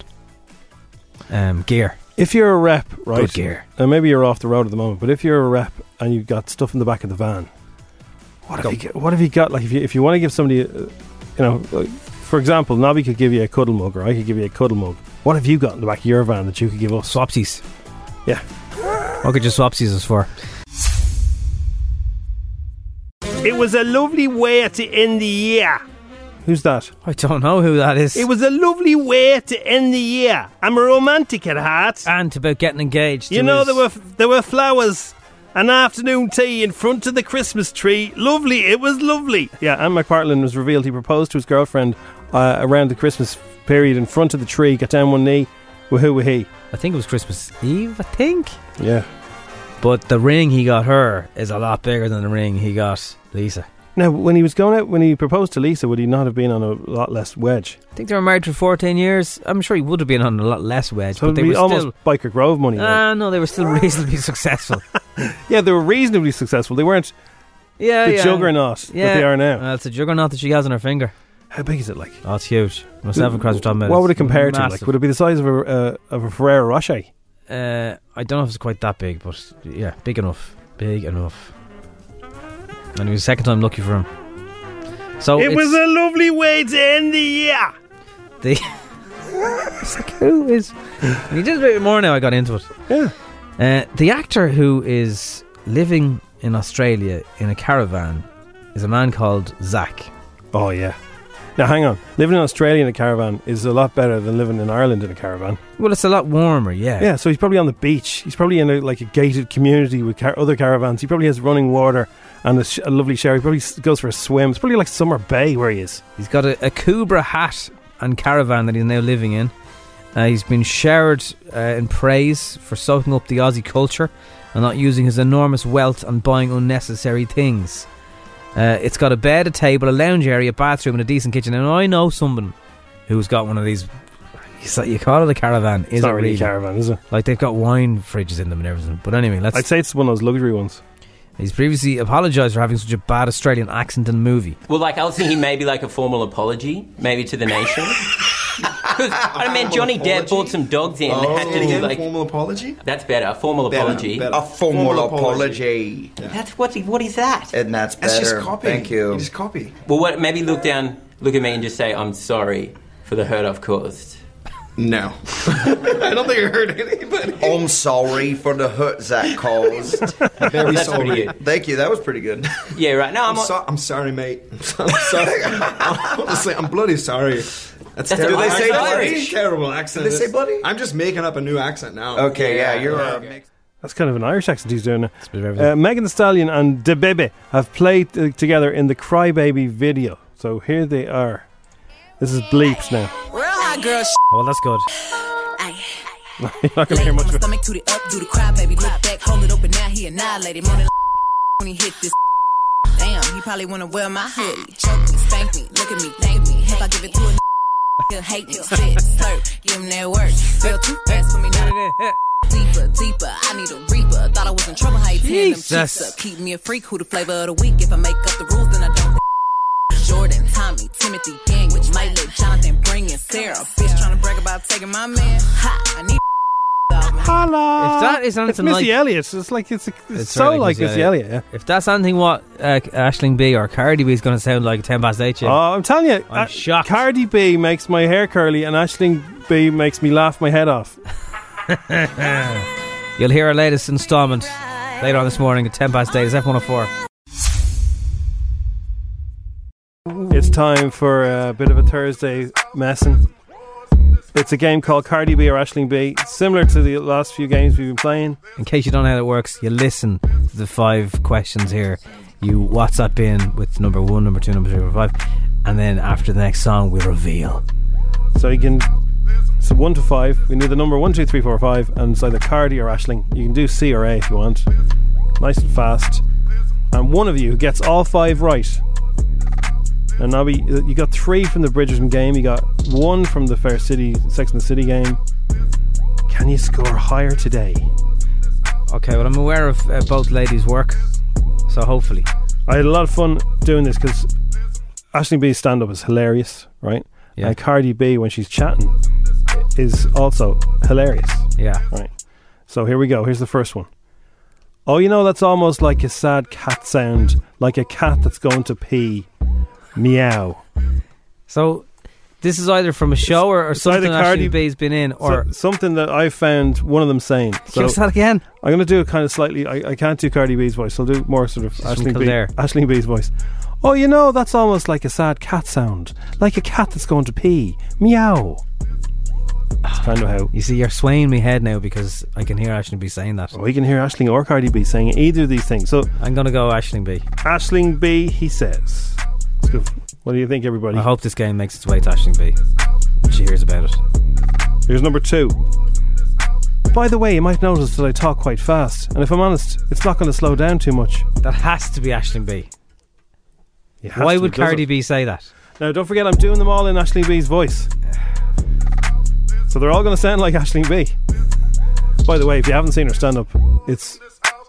Speaker 2: um, gear.
Speaker 3: If you're a rep, right?
Speaker 2: Good gear.
Speaker 3: Now maybe you're off the road at the moment, but if you're a rep and you've got stuff in the back of the van, what have you got? What have you got? Like if you if you want to give somebody, uh, you know, like, for example, Nobby could give you a cuddle mug, or I could give you a cuddle mug. What have you got in the back of your van that you could give us?
Speaker 2: Swapsies.
Speaker 3: Yeah.
Speaker 2: What could your swapsies is for?
Speaker 3: It was a lovely way to end the year. Who's that?
Speaker 2: I don't know who that is.
Speaker 3: was a lovely way to end the year. I'm a romantic at heart.
Speaker 2: and about getting engaged.
Speaker 3: You
Speaker 2: It
Speaker 3: know
Speaker 2: was-
Speaker 3: there were there were flowers, an afternoon tea in front of the Christmas tree. Lovely, it was lovely. Yeah, Anne McPartlin was revealed he proposed to his girlfriend uh, around the Christmas period in front of the tree. Got down one knee, woohoo wahee.
Speaker 2: I think it was Christmas Eve. I think.
Speaker 3: Yeah.
Speaker 2: But the ring he got her is a lot bigger than the ring he got Lisa.
Speaker 3: Now, when he was going out, when he proposed to Lisa, would he not have been on a lot less wedge?
Speaker 2: I think they were married for 14 years. I'm sure he would have been on a lot less wedge,
Speaker 3: So
Speaker 2: but they
Speaker 3: it'd
Speaker 2: were
Speaker 3: be almost
Speaker 2: still.
Speaker 3: Biker Grove money. then.
Speaker 2: Ah, no, they were still reasonably successful.
Speaker 3: yeah, they were reasonably successful. They weren't
Speaker 2: Yeah,
Speaker 3: the
Speaker 2: Ah. Oh, yeah.
Speaker 3: juggernaut
Speaker 2: Yeah.
Speaker 3: that they are now.
Speaker 2: Well, it's a juggernaut that she has on her finger.
Speaker 3: How big is it like?
Speaker 2: Oh, it's huge. Myself and Cross were talking about
Speaker 3: what
Speaker 2: it.
Speaker 3: would it
Speaker 2: It's
Speaker 3: compare to? Like,
Speaker 2: massive.
Speaker 3: would it be the size of a uh, of a Ferrero Rocher?
Speaker 2: Uh, I don't know if it's quite that big, but yeah, big enough. Big enough. And it was second time lucky for him. So it's-
Speaker 3: lovely way to end the year.
Speaker 2: The It's like, who is? And he did a bit more now. I got into it.
Speaker 3: Yeah.
Speaker 2: Uh, the actor who is living in Australia in a caravan is a man called Zach.
Speaker 3: Oh yeah. Now hang on. Living in Australia in a caravan is a lot better than living in Ireland in a caravan.
Speaker 2: Well, it's a lot warmer, yeah.
Speaker 3: Yeah, so he's probably on the beach. He's probably in a, like a gated community with car- other caravans. He probably has running water and a, sh- a lovely shower. He probably s- goes for a swim. It's probably like Summer Bay where he is.
Speaker 2: He's got a, a Kubra hat and caravan that he's now living in. Uh, he's been showered uh, in praise for soaking up the Aussie culture and not using his enormous wealth on buying unnecessary things. Uh, it's got a bed, a table, a lounge area, a bathroom, and a decent kitchen. And I know someone who's got one of these It's like you call it a caravan. Is
Speaker 3: it's
Speaker 2: it
Speaker 3: not really
Speaker 2: really?
Speaker 3: a caravan, is it?
Speaker 2: Like they've got wine fridges in them and everything. But anyway, let's.
Speaker 3: I'd say it's one of those luxury ones.
Speaker 2: he's previously apologised for having such a bad Australian accent in the movie.
Speaker 7: Well, like I was thinking maybe like a formal apology, maybe to the nation. 'Cause, I
Speaker 8: Oh.
Speaker 7: mean, Johnny Depp brought some dogs in. and had to do like
Speaker 5: Oh.
Speaker 9: formal Oh. apology?
Speaker 7: that's better. A formal
Speaker 9: Better,
Speaker 7: apology.
Speaker 9: better.
Speaker 8: A formal,
Speaker 9: Formal
Speaker 8: apology.
Speaker 7: That's what? What is that?
Speaker 8: And that's better.
Speaker 9: That's just copying.
Speaker 8: Thank you.
Speaker 9: It's just copy.
Speaker 7: Well, what? Maybe look down, look at me, and just say I'm sorry for the hurt I've caused.
Speaker 8: No.
Speaker 9: I don't think I heard anybody.
Speaker 8: I'm sorry for the hurt that caused.
Speaker 9: Very
Speaker 7: That's pretty
Speaker 9: sorry.
Speaker 7: good.
Speaker 8: Thank you. That was pretty good.
Speaker 7: Yeah, right. No, I'm.
Speaker 9: I'm, so- I'm sorry, mate. I'm sorry. Honestly, I'm bloody sorry. That's
Speaker 7: That's
Speaker 9: terrible.
Speaker 7: a- Do they say
Speaker 9: That's
Speaker 7: bloody?
Speaker 9: a Terrible accent.
Speaker 8: Do they say
Speaker 9: It's-
Speaker 8: bloody?
Speaker 9: I'm just making up a new accent now.
Speaker 8: Okay, yeah, you're uh,
Speaker 3: That's kind of an Irish accent he's doing. now.
Speaker 2: bit of everything.
Speaker 3: Uh, Megan Thee Stallion and De Bebe have played uh, together in the Crybaby video. So here they are. This is bleeps now.
Speaker 6: Real hot girl shit.
Speaker 2: Oh, well, that's good.
Speaker 3: You're not going to hear much of it.
Speaker 6: Stomach to the up, do the cry, baby. Look back, hold it open. Now he annihilated. Morning when he hit this. Damn, he probably wanna wear my hoodie. Choke me, spank me, look at me, thank me. If I give it to a he'll hate me. Spit, slurp, give him that work. Feel too fast for me now. Deeper, deeper, I need a reaper. Thought I was in trouble, how you tearing them cheeks
Speaker 2: Jesus.
Speaker 6: up. Keep me a freak, who the flavor of the week. If I make up the rules, then I don't. Jordan, Tommy, Timothy, Gang, which might let Jonathan bring in Sarah. Bitch trying to brag about taking my man. Ha, I need dog, man.
Speaker 3: Hello.
Speaker 2: If that is
Speaker 3: it's
Speaker 2: anything
Speaker 3: Missy
Speaker 2: like-
Speaker 3: Elliott. It's like it's, it's,
Speaker 2: It's
Speaker 3: so
Speaker 2: really
Speaker 3: like
Speaker 2: Missy
Speaker 3: Missy
Speaker 2: Elliott.
Speaker 3: Elliott. Yeah.
Speaker 2: If that's anything what uh, Ashling B or Cardi B is going to sound like, ten past eight. Yeah.
Speaker 3: Oh, I'm telling you,
Speaker 2: I'm shocked.
Speaker 3: Cardi B makes my hair curly, and Ashling B makes me laugh my head off.
Speaker 2: You'll hear our latest instalment later on this morning at ten past eight. It's F one hundred four.
Speaker 3: It's time for a bit of a Thursday messing. It's a game called Cardi B or Ashling B, similar to the last few games we've been playing.
Speaker 2: In case you don't know how it works, you listen to the five questions here. You WhatsApp in with number one, number two, number three, number five, and then after the next song, we reveal.
Speaker 3: So you can, so one to five. We need the number one, two, three, four, five, and it's either Cardi or Ashling. You can do C or A if you want. Nice and fast. And one of you gets all five right. And now we, you got three from the Bridgerton game. You got one from the Fair City, Sex and the City game. Can you score higher today?
Speaker 2: Okay, well, I'm aware of uh, both ladies' work, so hopefully.
Speaker 3: I had a lot of fun doing this because Ashling B's stand up is hilarious, right?
Speaker 2: Yeah.
Speaker 3: And Cardi B, when she's chatting, is also hilarious.
Speaker 2: Yeah.
Speaker 3: Right. So here we go. Here's the first one. Oh, you know, that's almost like a sad cat sound, like a cat that's going to pee. Meow.
Speaker 2: So this is either from a show or, or
Speaker 3: it's either
Speaker 2: something
Speaker 3: Cardi-
Speaker 2: Ashling B's been in, or.
Speaker 3: So- something that I found one of them saying. So
Speaker 2: Give us that again.
Speaker 3: I'm going to do it kind of slightly. I, I can't do Cardi B's voice. I'll do more sort of
Speaker 2: from
Speaker 3: Ashling B,
Speaker 2: Kildare.
Speaker 3: Ashling B's voice. Oh, you know, that's almost like a sad cat sound, like a cat that's going to pee. Meow. That's kind of how.
Speaker 2: You see, you're swaying me head now because I can hear Ashling B saying that.
Speaker 3: We can hear Ashling or Cardi B saying either of these things. So
Speaker 2: I'm going to go Ashling B.
Speaker 3: Ashling B, he says. Let's go. What do you think, everybody?
Speaker 2: I hope this game makes its way to Ashling B. She hears about it.
Speaker 3: Here's number two. By the way, you might notice that I talk quite fast, and if I'm honest, it's not going to slow down too much.
Speaker 2: That has to be Ashling B.
Speaker 3: It has
Speaker 2: Why
Speaker 3: to,
Speaker 2: would
Speaker 3: does
Speaker 2: Cardi
Speaker 3: it?
Speaker 2: B say that?
Speaker 3: Now, don't forget, I'm doing them all in Ashling B's voice. So they're all going to sound like Ashling B. By the way, if you haven't seen her stand up, it's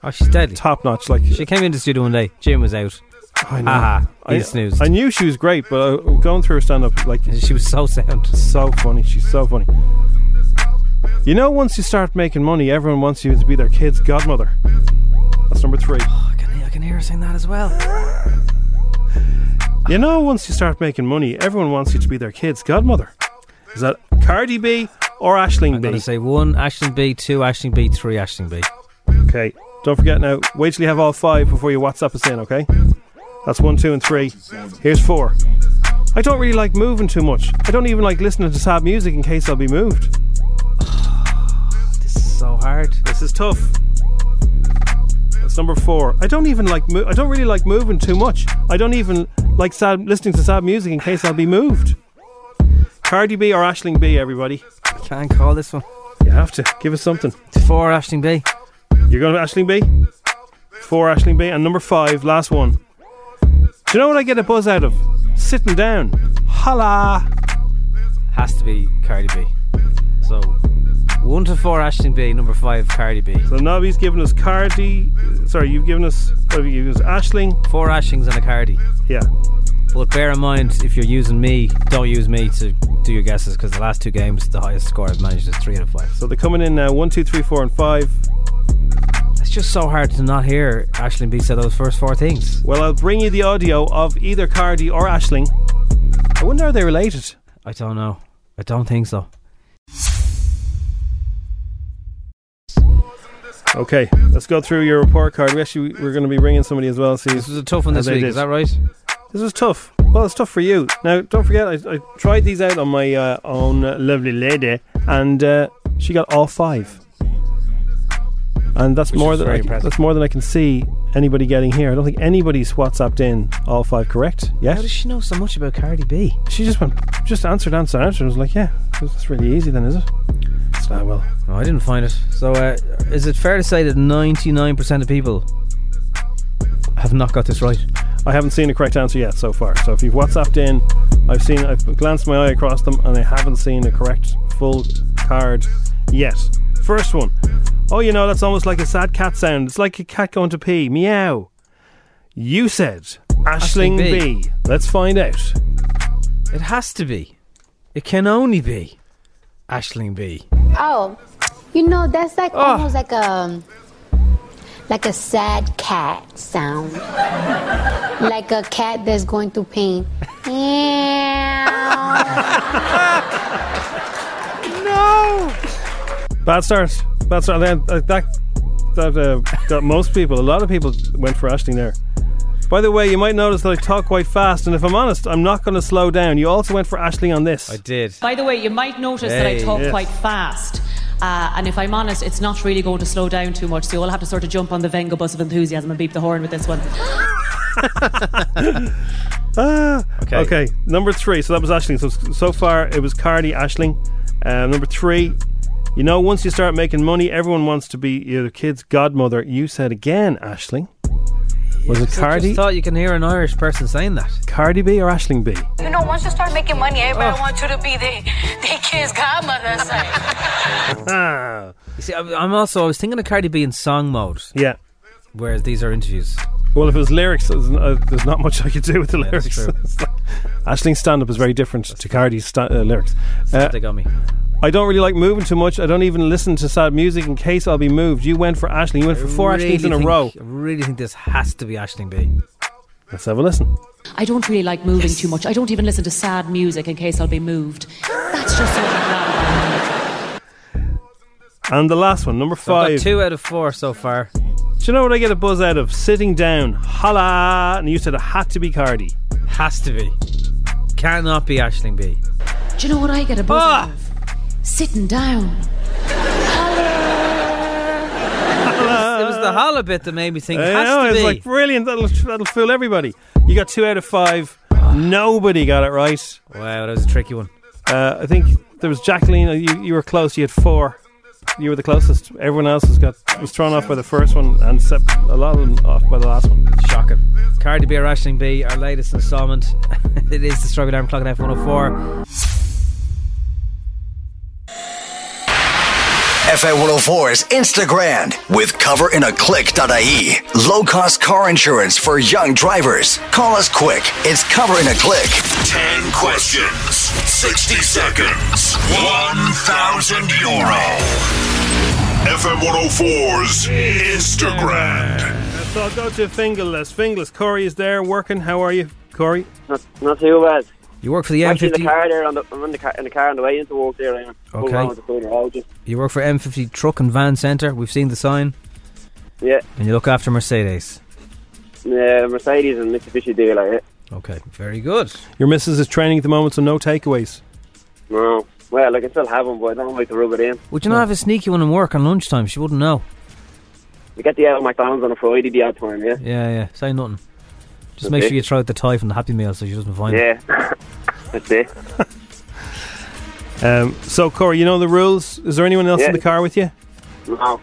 Speaker 2: Oh, she's deadly.
Speaker 3: top notch. Like,
Speaker 2: She came into the studio one day. Jim was out.
Speaker 3: I know.
Speaker 2: Haha,
Speaker 3: I,
Speaker 2: he snoozed.
Speaker 3: I knew she was great, but uh, going through her stand up, like,
Speaker 2: she was so sound.
Speaker 3: so funny. She's so funny. You know, once you start making money, everyone wants you to be their kid's godmother. That's number three.
Speaker 2: I can, I can hear her saying that as well.
Speaker 3: You know, once you start making money, everyone wants you to be their kid's godmother. Is that Cardi B or Ashling
Speaker 2: I'm going
Speaker 3: B?
Speaker 2: to say one Ashling B, two Ashling B, three Ashling B.
Speaker 3: okay, don't forget now. Wait till you have all five before you WhatsApp us in. Okay, that's one, two, and three. Here's four. I don't really like moving too much. I don't even like listening to sad music in case I'll be moved.
Speaker 2: This is so hard.
Speaker 3: This is tough. That's number four. I don't even like. Mo- I don't really like moving too much. I don't even like sad listening to sad music in case I'll be moved. Cardi B or Ashling B, everybody.
Speaker 2: I can't call this one.
Speaker 3: You have to give us something.
Speaker 2: Four Ashling B.
Speaker 3: You're going to Ashling B. Four Ashling B and number five, last one. Do you know what I get a buzz out of? Sitting down. Holla.
Speaker 2: Has to be Cardi B. So one to four, Ashton B. Number five, Cardi B.
Speaker 3: So Nobby's given us Cardi. Sorry, you've given us. What have you given us? Ashling.
Speaker 2: Four Ashlings and a Cardi.
Speaker 3: Yeah.
Speaker 2: But bear in mind, if you're using me, don't use me to do your guesses because the last two games, the highest score I've managed is three out of five.
Speaker 3: So they're coming in now. One, two, three, four, and five.
Speaker 2: It's just so hard to not hear Ashling B. said those first four things.
Speaker 3: Well, I'll bring you the audio of either Cardi or Ashling. I wonder are they related?
Speaker 2: I don't know. I don't think so.
Speaker 3: Okay, let's go through your report card. We actually we're going to be ringing somebody as well. See,
Speaker 2: This was a tough one
Speaker 3: how
Speaker 2: this
Speaker 3: they
Speaker 2: week.
Speaker 3: did.
Speaker 2: Is that right?
Speaker 3: This was tough. Well, it's tough for you. Now, don't forget, I, I tried these out on my uh, own lovely lady, and uh, she got all five. And that's
Speaker 10: Which
Speaker 3: more
Speaker 10: is
Speaker 3: than
Speaker 10: very
Speaker 3: I can,
Speaker 10: impressive.
Speaker 3: that's more than I can see anybody getting here. I don't think anybody's WhatsApped in all five correct.
Speaker 2: How
Speaker 3: Yes,
Speaker 2: does she know so much about Cardi B?
Speaker 3: she just went, just answered, answered, answered. I was like, yeah, that's really easy then, is it? It's not well.
Speaker 2: No, I didn't find it. So, uh, is it fair to say that 99% of people have not got this right?
Speaker 3: I haven't seen a correct answer yet so far. So if you've WhatsApped in, I've seen, I've glanced my eye across them, and I haven't seen a correct full card yet. First one. Oh, you know that's almost like a sad cat sound. It's like a cat going to pee. Meow. You said Ashling,
Speaker 2: Ashling
Speaker 3: B.
Speaker 2: B.
Speaker 3: Let's find out.
Speaker 2: It has to be. It can only be Ashling B.
Speaker 11: Oh, you know that's like almost like a like a sad cat sound, like a cat that's going through pain.
Speaker 2: no.
Speaker 3: Bad start. Bad start. Then uh, that that uh, got most people. A lot of people went for Ashling there. By the way, you might notice that I talk quite fast, and if I'm honest, I'm not going to slow down. You also went for Ashling on this. I
Speaker 2: did.
Speaker 12: By the way, you might notice that I
Speaker 3: Hey.
Speaker 12: talk
Speaker 3: Yes.
Speaker 12: quite fast. Uh, and if I'm honest, it's not really going to slow down too much, so you'll have to sort of jump on the Venga bus of enthusiasm and beep the horn with this one.
Speaker 3: Ah, okay.
Speaker 12: Okay.
Speaker 3: number three. So that was Ashling. So so far it was Cardi Ashling. Um, number three. You know, once you start making money, everyone wants to be your kid's godmother. You said again, Ashling. Was it
Speaker 2: I
Speaker 3: Cardi?
Speaker 2: just thought you can hear an Irish person saying that.
Speaker 3: Cardi B or Ashling B?
Speaker 13: You know, once you start making money, everybody
Speaker 2: Oh.
Speaker 13: wants you to be their, their kid's godmother. It's like,
Speaker 3: Ah.
Speaker 2: You see, I'm I'm also I was thinking of Cardi B in song mode.
Speaker 3: Yeah.
Speaker 2: Whereas these are interviews.
Speaker 3: Well, if it was lyrics, there's, uh, there's not much I could do with the
Speaker 2: Yeah,
Speaker 3: lyrics.
Speaker 2: that's true.
Speaker 3: It's like- Ashling's stand up is very different to Cardi's sta- uh, lyrics. Uh,
Speaker 2: they got me.
Speaker 3: I don't really like moving too much. I don't even listen to sad music in case I'll be moved. You went for Ashling. You went for four
Speaker 2: really
Speaker 3: Ashlings in a
Speaker 2: think-
Speaker 3: row.
Speaker 2: I really think this has to be Ashling B.
Speaker 3: Let's have a listen.
Speaker 12: I don't really like moving too much. I don't even listen to sad music in case I'll be moved. That's just sort of random.
Speaker 3: And the last one, number
Speaker 2: So I've
Speaker 3: five.
Speaker 2: got two out of four so far.
Speaker 3: Do you know what I get a buzz out of? Sitting down. Holla! And you said it had to be Cardi.
Speaker 2: Has to be. Cannot be Ashling B. Ah!
Speaker 12: Do you know what I get a buzz out of? Sitting down.
Speaker 2: it was the holla bit that made me think.
Speaker 3: I
Speaker 2: has
Speaker 3: know,
Speaker 2: to
Speaker 3: it's
Speaker 2: be.
Speaker 3: like brilliant. That'll, that'll fool everybody. You got two out of five. Nobody got it right.
Speaker 2: Wow, that was a tricky one.
Speaker 3: Uh, I think there was Jacqueline. uh, You, you were close. You had four. You were the closest. Everyone else has got was thrown off by the first one, and sep- a lot of them off by the last one.
Speaker 2: Shocking. Cardi B or Ashling B, our latest installment. it is the Struggle Down Clock at F104.
Speaker 14: FA104's Instagram with coverinaclick.ie. E. Low cost car insurance for young drivers. Call us quick. It's covering a click.
Speaker 5: 10 questions, 60 seconds, 1,000 euro. FM 104's Instagram.
Speaker 3: Uh, So I'll go to Fingerless. Fingerless. Corey is there working. How are you, Corey?
Speaker 15: Not, not too bad.
Speaker 2: You work for the
Speaker 15: Actually, in the
Speaker 2: M50.
Speaker 15: car there, on the, I'm in the car, in the car on the way into work there. I'm
Speaker 2: Okay.
Speaker 15: around the corner, I'll just-
Speaker 2: You work for M50 Truck and Van Centre. We've seen the sign.
Speaker 15: Yeah,
Speaker 2: And you look after Mercedes.
Speaker 15: yeah, uh, Mercedes and Mitsubishi deal like it.
Speaker 2: Okay. Very good.
Speaker 3: Your missus is training at the moment, so no takeaways.
Speaker 15: No, well, I can still have them, but I don't like to rub it in.
Speaker 2: Would you not have a sneaky one in work on lunchtime? She wouldn't know.
Speaker 15: You get the out of McDonald's on a Friday, the odd time, yeah.
Speaker 2: Yeah, yeah. Say nothing. Just make
Speaker 15: Okay.
Speaker 2: sure you throw out the tie from the Happy Meal so she doesn't find it.
Speaker 15: Yeah, that's it.
Speaker 3: Um, so Corey, you know the rules. Is there anyone else in
Speaker 15: Yeah.
Speaker 3: the car with you?
Speaker 15: No,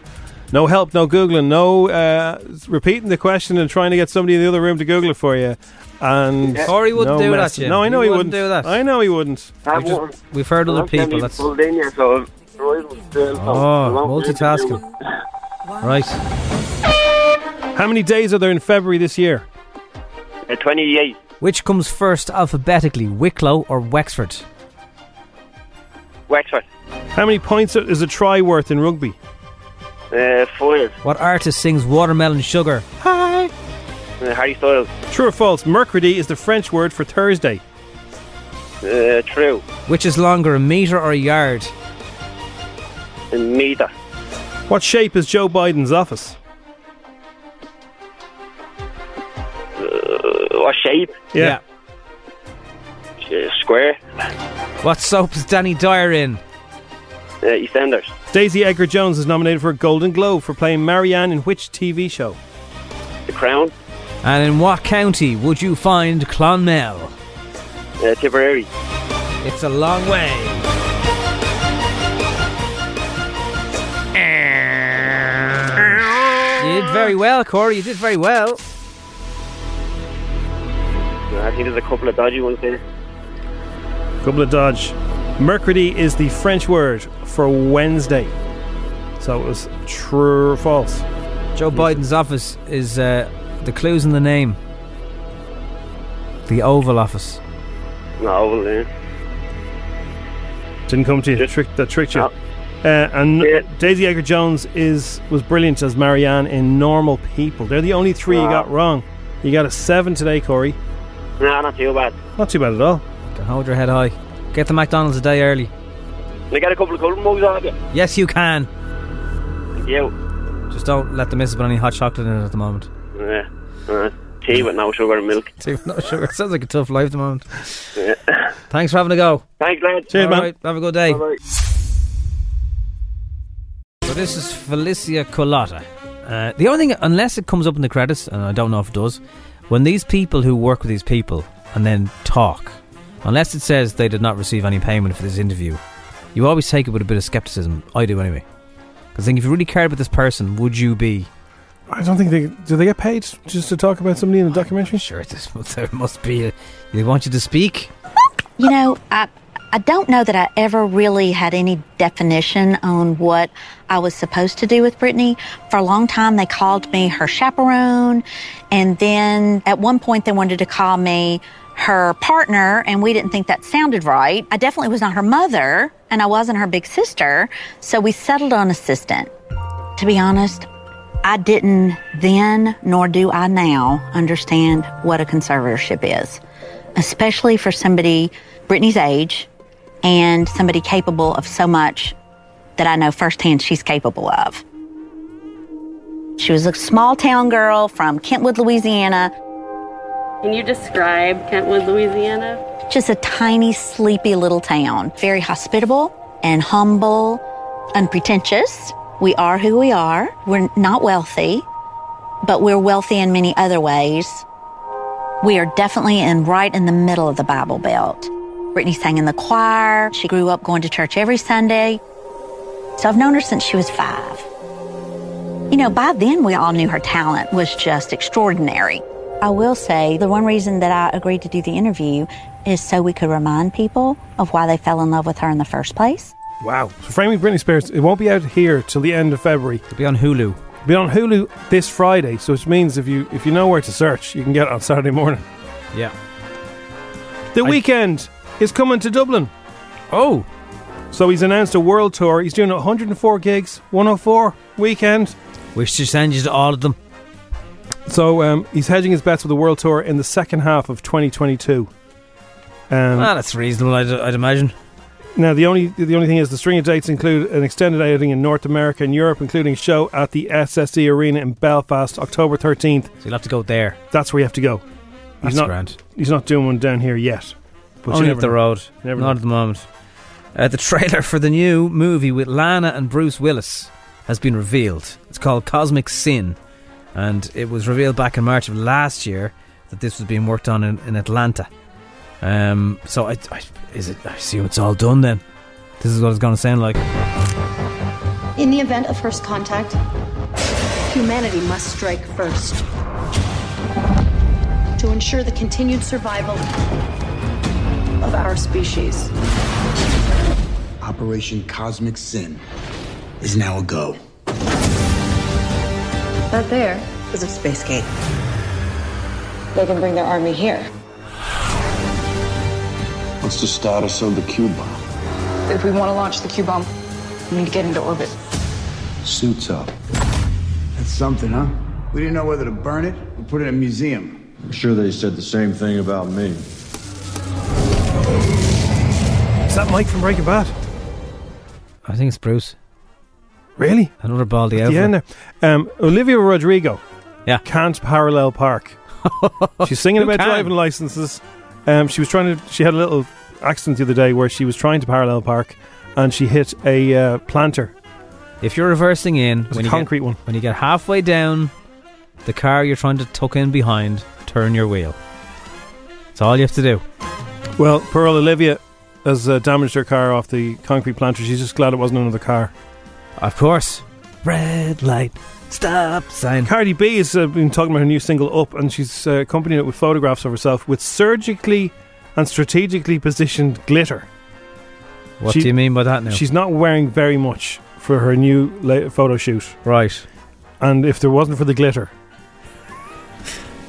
Speaker 3: No help, no googling, no uh, repeating the question and trying to get somebody in the other room to Google it for you. And
Speaker 15: Yeah. Corey wouldn't
Speaker 3: no
Speaker 15: do that,
Speaker 3: messing.
Speaker 15: Jim.
Speaker 3: No, I know
Speaker 15: He
Speaker 3: he,
Speaker 15: wouldn't
Speaker 3: do that. I know he wouldn't.
Speaker 15: I wouldn't.
Speaker 2: We've heard other people. That's
Speaker 15: pulled in here, so
Speaker 2: Oh, multitasking.
Speaker 3: Right. How many days are there in February this year?
Speaker 15: 28.
Speaker 2: Which comes first alphabetically, Wicklow or Wexford?
Speaker 15: Wexford.
Speaker 3: How many points is a try worth in rugby?
Speaker 15: Uh, Foyers.
Speaker 2: What artist sings Watermelon Sugar?
Speaker 3: Hi.
Speaker 15: Uh, Harry Styles.
Speaker 3: True or false? Mercredi is the French word for Thursday.
Speaker 15: Uh, true.
Speaker 2: Which is longer, a metre or a yard?
Speaker 15: And meter.
Speaker 3: What shape is Joe Biden's office?
Speaker 15: Uh, what shape?
Speaker 3: Yeah.
Speaker 15: Uh, square.
Speaker 2: What soap is Danny Dyer in?
Speaker 15: Uh, EastEnders.
Speaker 3: Daisy Edgar Jones is nominated for a Golden Globe for playing Marianne in which TV show?
Speaker 15: The Crown.
Speaker 2: And in what county would you find Clonmel?
Speaker 15: Uh, Tipperary.
Speaker 2: It's a long way. You did very well, Corey. You did very well.
Speaker 15: I think there's a couple of dodgy ones there.
Speaker 3: Couple of dodge. Mercredi is the French word for Wednesday. So it was true or false.
Speaker 2: Joe Biden's office is uh, the clues in the name. The Oval Office.
Speaker 15: No, well, then.
Speaker 3: Didn't come to you. Trick, that tricked you. Uh, and Daisy Edgar Jones is was brilliant as Marianne in Normal People. They're the only three you
Speaker 15: Wow.
Speaker 3: got wrong. You got a seven today, Corey.
Speaker 15: No, not too bad.
Speaker 3: Not too bad at all.
Speaker 2: Don't hold your head high. Get the McDonald's a day early.
Speaker 15: They got a couple of golden mugs on you.
Speaker 2: Yes, you can.
Speaker 15: Thank you.
Speaker 2: Just don't let the missus put any hot chocolate in it at the moment.
Speaker 15: Yeah. Uh, tea with no sugar and milk.
Speaker 2: Tea with no sugar. Sounds like a tough life at the moment.
Speaker 15: Yeah.
Speaker 2: Thanks for having a go.
Speaker 15: Thanks, lads.
Speaker 2: All right, have a good day. So this is Felicia Colata. Uh, the only thing, unless it comes up in the credits, and I don't know if it does, when these people who work with these people and then talk, unless it says they did not receive any payment for this interview, you always take it with a bit of skepticism. I do anyway. Because I think if you really cared about this person, would you be?
Speaker 3: I don't think they do. They get paid just to talk about somebody in a documentary.
Speaker 2: Sure, this there must be. A, they want you to speak.
Speaker 16: You know, I I don't know that I ever really had any definition on what I was supposed to do with Brittany. For a long time, they called me her chaperone, and then at one point they wanted to call me her partner, and we didn't think that sounded right. I definitely was not her mother, and I wasn't her big sister, so we settled on assistant. To be honest, I didn't then, nor do I now, understand what a conservatorship is, especially for somebody Brittany's age and somebody capable of so much that I know firsthand she's capable of. She was a small town girl from Kentwood, Louisiana,
Speaker 17: Can you describe Kentwood, Louisiana?
Speaker 16: just a tiny, sleepy little town. Very hospitable and humble, unpretentious. We are who we are. We're not wealthy, but we're wealthy in many other ways. We are definitely in right in the middle of the Bible Belt. Brittany sang in the choir. She grew up going to church every Sunday. So I've known her since she was five. You know, by then we all knew her talent was just extraordinary. I will say the one reason that I agreed to do the interview is so we could remind people of why they fell in love with her in the first place.
Speaker 3: Wow. So Framing Britney Spears, it won't be out here till the end of February. It'll
Speaker 2: be on Hulu. It'll
Speaker 3: be on Hulu this Friday, so which means if you if you know where to search, you can get it on Saturday morning.
Speaker 2: Yeah.
Speaker 3: The weekend is coming to Dublin.
Speaker 2: Oh.
Speaker 3: So he's announced a world tour. He's doing 104 gigs, 104 weekend.
Speaker 2: We should send you to all of them.
Speaker 3: So um, he's hedging his bets with the world tour in the second half of 2022. Um,
Speaker 2: Ah, that's reasonable. I'd, I'd imagine.
Speaker 3: Now the only the only thing is the string of dates include an extended outing in North America and Europe, including a show at the SSD Arena in Belfast, October thirteenth. So
Speaker 2: you'll have to go there.
Speaker 3: That's where you have to go.
Speaker 2: That's
Speaker 3: not,
Speaker 2: grand.
Speaker 3: He's not doing one down here yet. But you
Speaker 2: Only
Speaker 3: never
Speaker 2: up the
Speaker 3: know.
Speaker 2: road.
Speaker 3: You never
Speaker 2: Not at the moment. Uh, the trailer for the new movie with Lana and Bruce Willis has been revealed. It's called Cosmic Sin, and it was revealed back in March of last year that this was being worked on in, in Atlanta. Um, so I, I, is it? I assume it's all done then. This is what it's going to sound like.
Speaker 18: In the event of first contact, humanity must strike first. To ensure the continued survival of our species.
Speaker 5: Operation Cosmic Sin is now a go.
Speaker 18: That there is a space gate. They can bring their army here.
Speaker 5: What's the status of the cube bomb?
Speaker 18: If we want to launch the Q bomb, we need to get into orbit.
Speaker 5: Suits up. That's something, huh? We didn't know whether to burn it or put it in a museum.
Speaker 19: I'm sure they said the same thing about me.
Speaker 3: Is that Mike from Breaking Bad?
Speaker 2: I think it's Bruce.
Speaker 3: Really?
Speaker 2: Another baldy out.
Speaker 3: Yeah, no. Um, Olivia Rodrigo.
Speaker 2: Yeah.
Speaker 3: Can't parallel park. She's singing
Speaker 2: Who
Speaker 3: about
Speaker 2: can?
Speaker 3: driving licenses. Um, she was trying to. She had a little accident the other day where she was trying to parallel park, and she hit a uh, planter.
Speaker 2: If you're reversing in,
Speaker 3: a concrete
Speaker 2: you get, one. When you get halfway down, the car you're trying to tuck in behind, turn your wheel. That's all you have to do.
Speaker 3: Well, Pearl Olivia has uh, damaged her car off the concrete planter. She's just glad it wasn't another car.
Speaker 2: Of course.
Speaker 3: Red light, stop sign. Cardi B has uh, been talking about her new single Up, and she's uh, accompanying it with photographs of herself with surgically and strategically positioned glitter.
Speaker 2: What
Speaker 3: She-
Speaker 2: do you mean by that now?
Speaker 3: She's not wearing very much for her new la- photo shoot.
Speaker 2: Right.
Speaker 3: And if there wasn't for the glitter,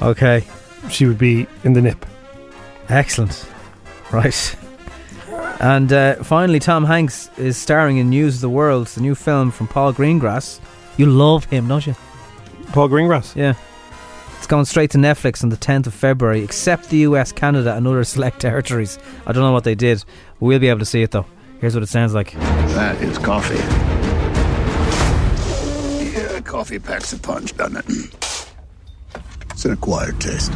Speaker 2: okay,
Speaker 3: she would be in the nip.
Speaker 2: Excellent. Right. And uh, finally, Tom Hanks is starring in News of the World, the new film from Paul Greengrass. You love him, don't you?
Speaker 3: Paul Greengrass?
Speaker 2: Yeah. It's going straight to Netflix on the 10th of February, except the US, Canada, and other select territories. I don't know what they did. We'll be able to see it, though. Here's what it sounds like.
Speaker 19: That is coffee.
Speaker 5: Yeah, coffee packs a punch, doesn't it? It's an acquired taste.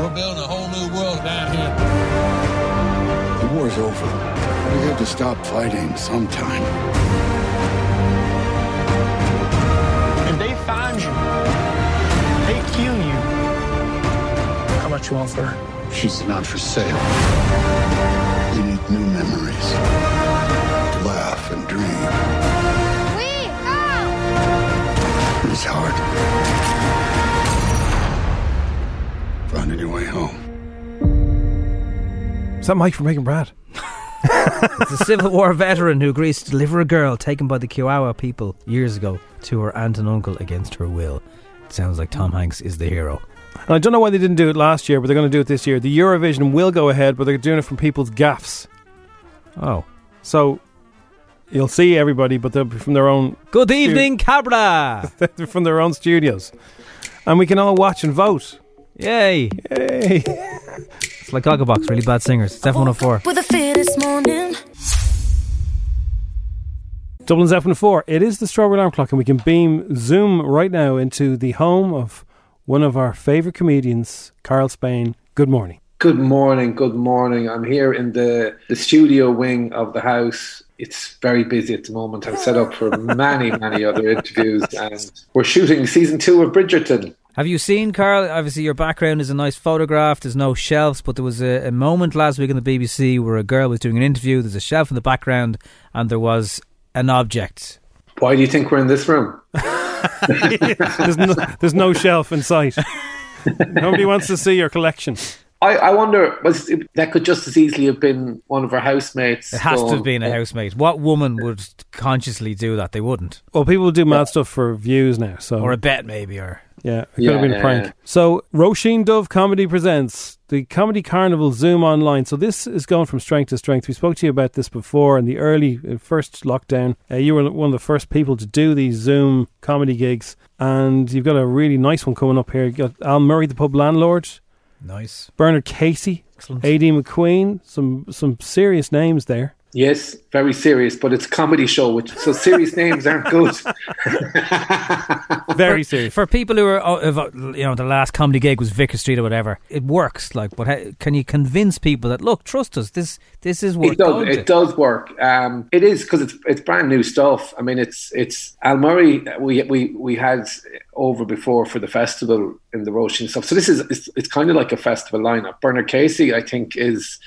Speaker 20: We're building a whole new world down here.
Speaker 5: The war's over. We have to stop fighting sometime.
Speaker 20: If they find you, they kill you. How much you want for her?
Speaker 5: She's not for sale. We need new memories to laugh and dream. We go! It's hard. Finding your way home.
Speaker 3: Is that Mike from Making Brad?
Speaker 2: it's a Civil War veteran who agrees to deliver a girl taken by the Kiowa people years ago to her aunt and uncle against her will. It sounds like Tom Hanks is the hero.
Speaker 3: And I don't know why they didn't do it last year, but they're going to do it this year. The Eurovision will go ahead, but they're doing it from people's gaffs.
Speaker 2: Oh.
Speaker 3: So you'll see everybody, but they'll be from their own.
Speaker 2: Good evening, Cabra!
Speaker 3: they're from their own studios. And we can all watch and vote.
Speaker 2: Yay!
Speaker 3: Yay!
Speaker 2: It's like Gogglebox, really bad singers. It's F104.
Speaker 21: With a fear this morning.
Speaker 3: Dublin's F104. It is the Strawberry Alarm Clock, and we can beam Zoom right now into the home of one of our favourite comedians, Carl Spain. Good morning.
Speaker 22: Good morning, good morning. I'm here in the, the studio wing of the house. It's very busy at the moment. I'm set up for many, many other interviews, and we're shooting season two of Bridgerton.
Speaker 2: Have you seen, Carl? Obviously, your background is a nice photograph. There's no shelves, but there was a, a moment last week on the BBC where a girl was doing an interview. There's a shelf in the background, and there was an object.
Speaker 22: Why do you think we're in this room?
Speaker 3: there's, no, there's no shelf in sight. Nobody wants to see your collection.
Speaker 22: I, I wonder, was it, that could just as easily have been one of our housemates.
Speaker 2: It has to
Speaker 22: going,
Speaker 2: have been a housemate. What woman would consciously do that? They wouldn't.
Speaker 3: Well, people do mad stuff for views now. So
Speaker 2: Or a bet, maybe, or.
Speaker 3: Yeah, it could
Speaker 2: Yeah,
Speaker 3: have been
Speaker 2: yeah,
Speaker 3: a prank.
Speaker 2: yeah.
Speaker 3: So, Roisin Dove Comedy presents the Comedy Carnival Zoom online. So, this is going from strength to strength. We spoke to you about this before in the early uh, first lockdown. Uh, you were one of the first people to do these Zoom comedy gigs, and you've got a really nice one coming up here. You've got Al Murray, the pub landlord,
Speaker 2: Nice.
Speaker 3: Bernard Casey,
Speaker 2: Excellent.
Speaker 3: AD McQueen, some some serious names there.
Speaker 22: Yes, very serious, but it's a comedy show, which so serious names aren't good.
Speaker 3: Very serious.
Speaker 2: For people who are, oh, if, uh, you know, the last comedy gig was Vicar Street or whatever. It works, like, but how, can you convince people that look, trust us, this this is worth
Speaker 22: It does. It does work. Um, it is because it's it's brand new stuff. I mean, it's it's Al Murray. We we we had over before for the festival in the Roisin stuff. So this is it's, it's kind of like a festival lineup. Bernard Casey, I think, is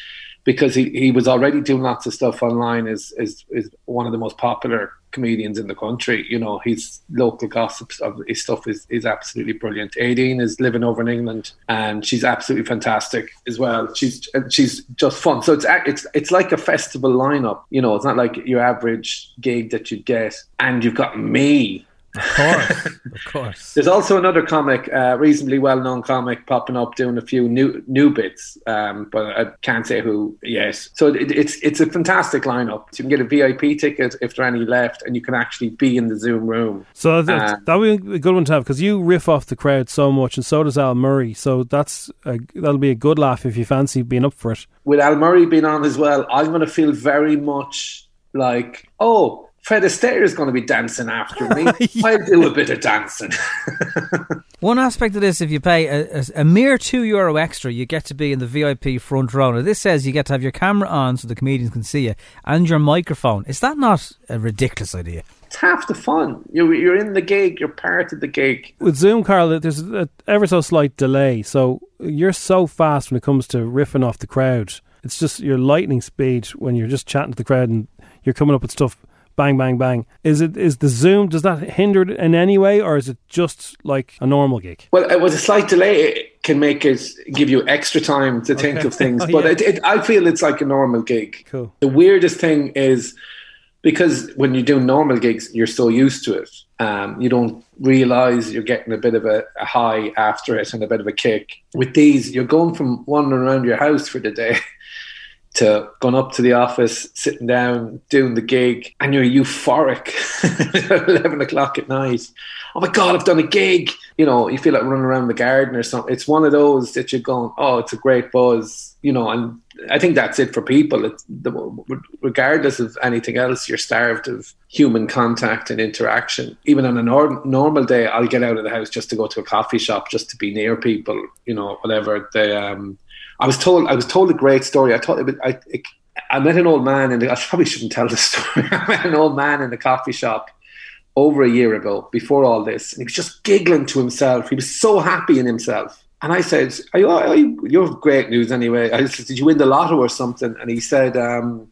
Speaker 22: because he, he was already doing lots of stuff online as is is one of the most popular comedians in the country. You know, his local gossips of his stuff is, is absolutely brilliant. Aideen is living over in England and she's absolutely fantastic as well. She's and she's just fun. So it's ac- it's it's like a festival lineup. You know, it's not like your average gig that you'd get. And you've got me.
Speaker 2: Of course, of course.
Speaker 22: There's also another comic, uh, reasonably well-known comic, popping up doing a few new new bits, um, but I can't say who. Yes, so it, it's it's a fantastic lineup. You can get a VIP ticket if there are any left, and you can actually be in the Zoom room.
Speaker 3: So that
Speaker 22: Um,
Speaker 3: that would be a good one to have because you riff off the crowd so much, and so does Al Murray. So that's a, that'll be a good laugh if you fancy being up for it.
Speaker 22: with Al Murray being on as well, I'm going to feel very much like oh. Fred Astaire is going to be dancing after me. I'll do a bit of dancing.
Speaker 2: One aspect of this, if you pay a, a, a mere two euro extra, you get to be in the VIP front row. Now, this says you get to have your camera on so the comedians can see you and your microphone. Is that not a ridiculous idea?
Speaker 22: It's half the fun. You're, you're in the gig. You're part of the gig.
Speaker 3: With Zoom, Carl, there's a ever so slight delay, so you're so fast when it comes to riffing off the crowd. It's just your lightning speed when you're just chatting to the crowd and you're coming up with stuff. Bang, bang, bang. Is it is the Zoom? Does that hinder it in any way, or is it just like a normal gig?
Speaker 22: Well, it was a slight delay. It can make it give you extra time to think
Speaker 3: Okay.
Speaker 22: of things,
Speaker 3: Oh,
Speaker 22: but
Speaker 3: yeah.
Speaker 22: it, it, I feel it's like a normal gig.
Speaker 3: Cool.
Speaker 22: The weirdest thing is because when you do normal gigs, you're so used to it. Um, you don't realize you're getting a bit of a, a high after it and a bit of a kick. With these, you're going from wandering around your house for the day to going up to the office, sitting down, doing the gig, and you're euphoric at 11 o'clock at night. Oh my God, I've done a gig. You know, you feel like running around the garden or something. It's one of those that you're going, oh, it's a great buzz, you know, and I think that's it for people. It's the, regardless of anything else, you're starved of human contact and interaction. Even on a norm, normal day, I'll get out of the house just to go to a coffee shop, just to be near people, you know, whatever. They, um, I was told I was told a great story. I thought it, was- I, it, I met an old man, and I probably shouldn't tell this story. I met an old man in a coffee shop over a year ago, before all this, and he was just giggling to himself. He was so happy in himself. And I said, "Are you? Are you you're great news anyway." I said, "Did you win the lotto or something?" And he said, um,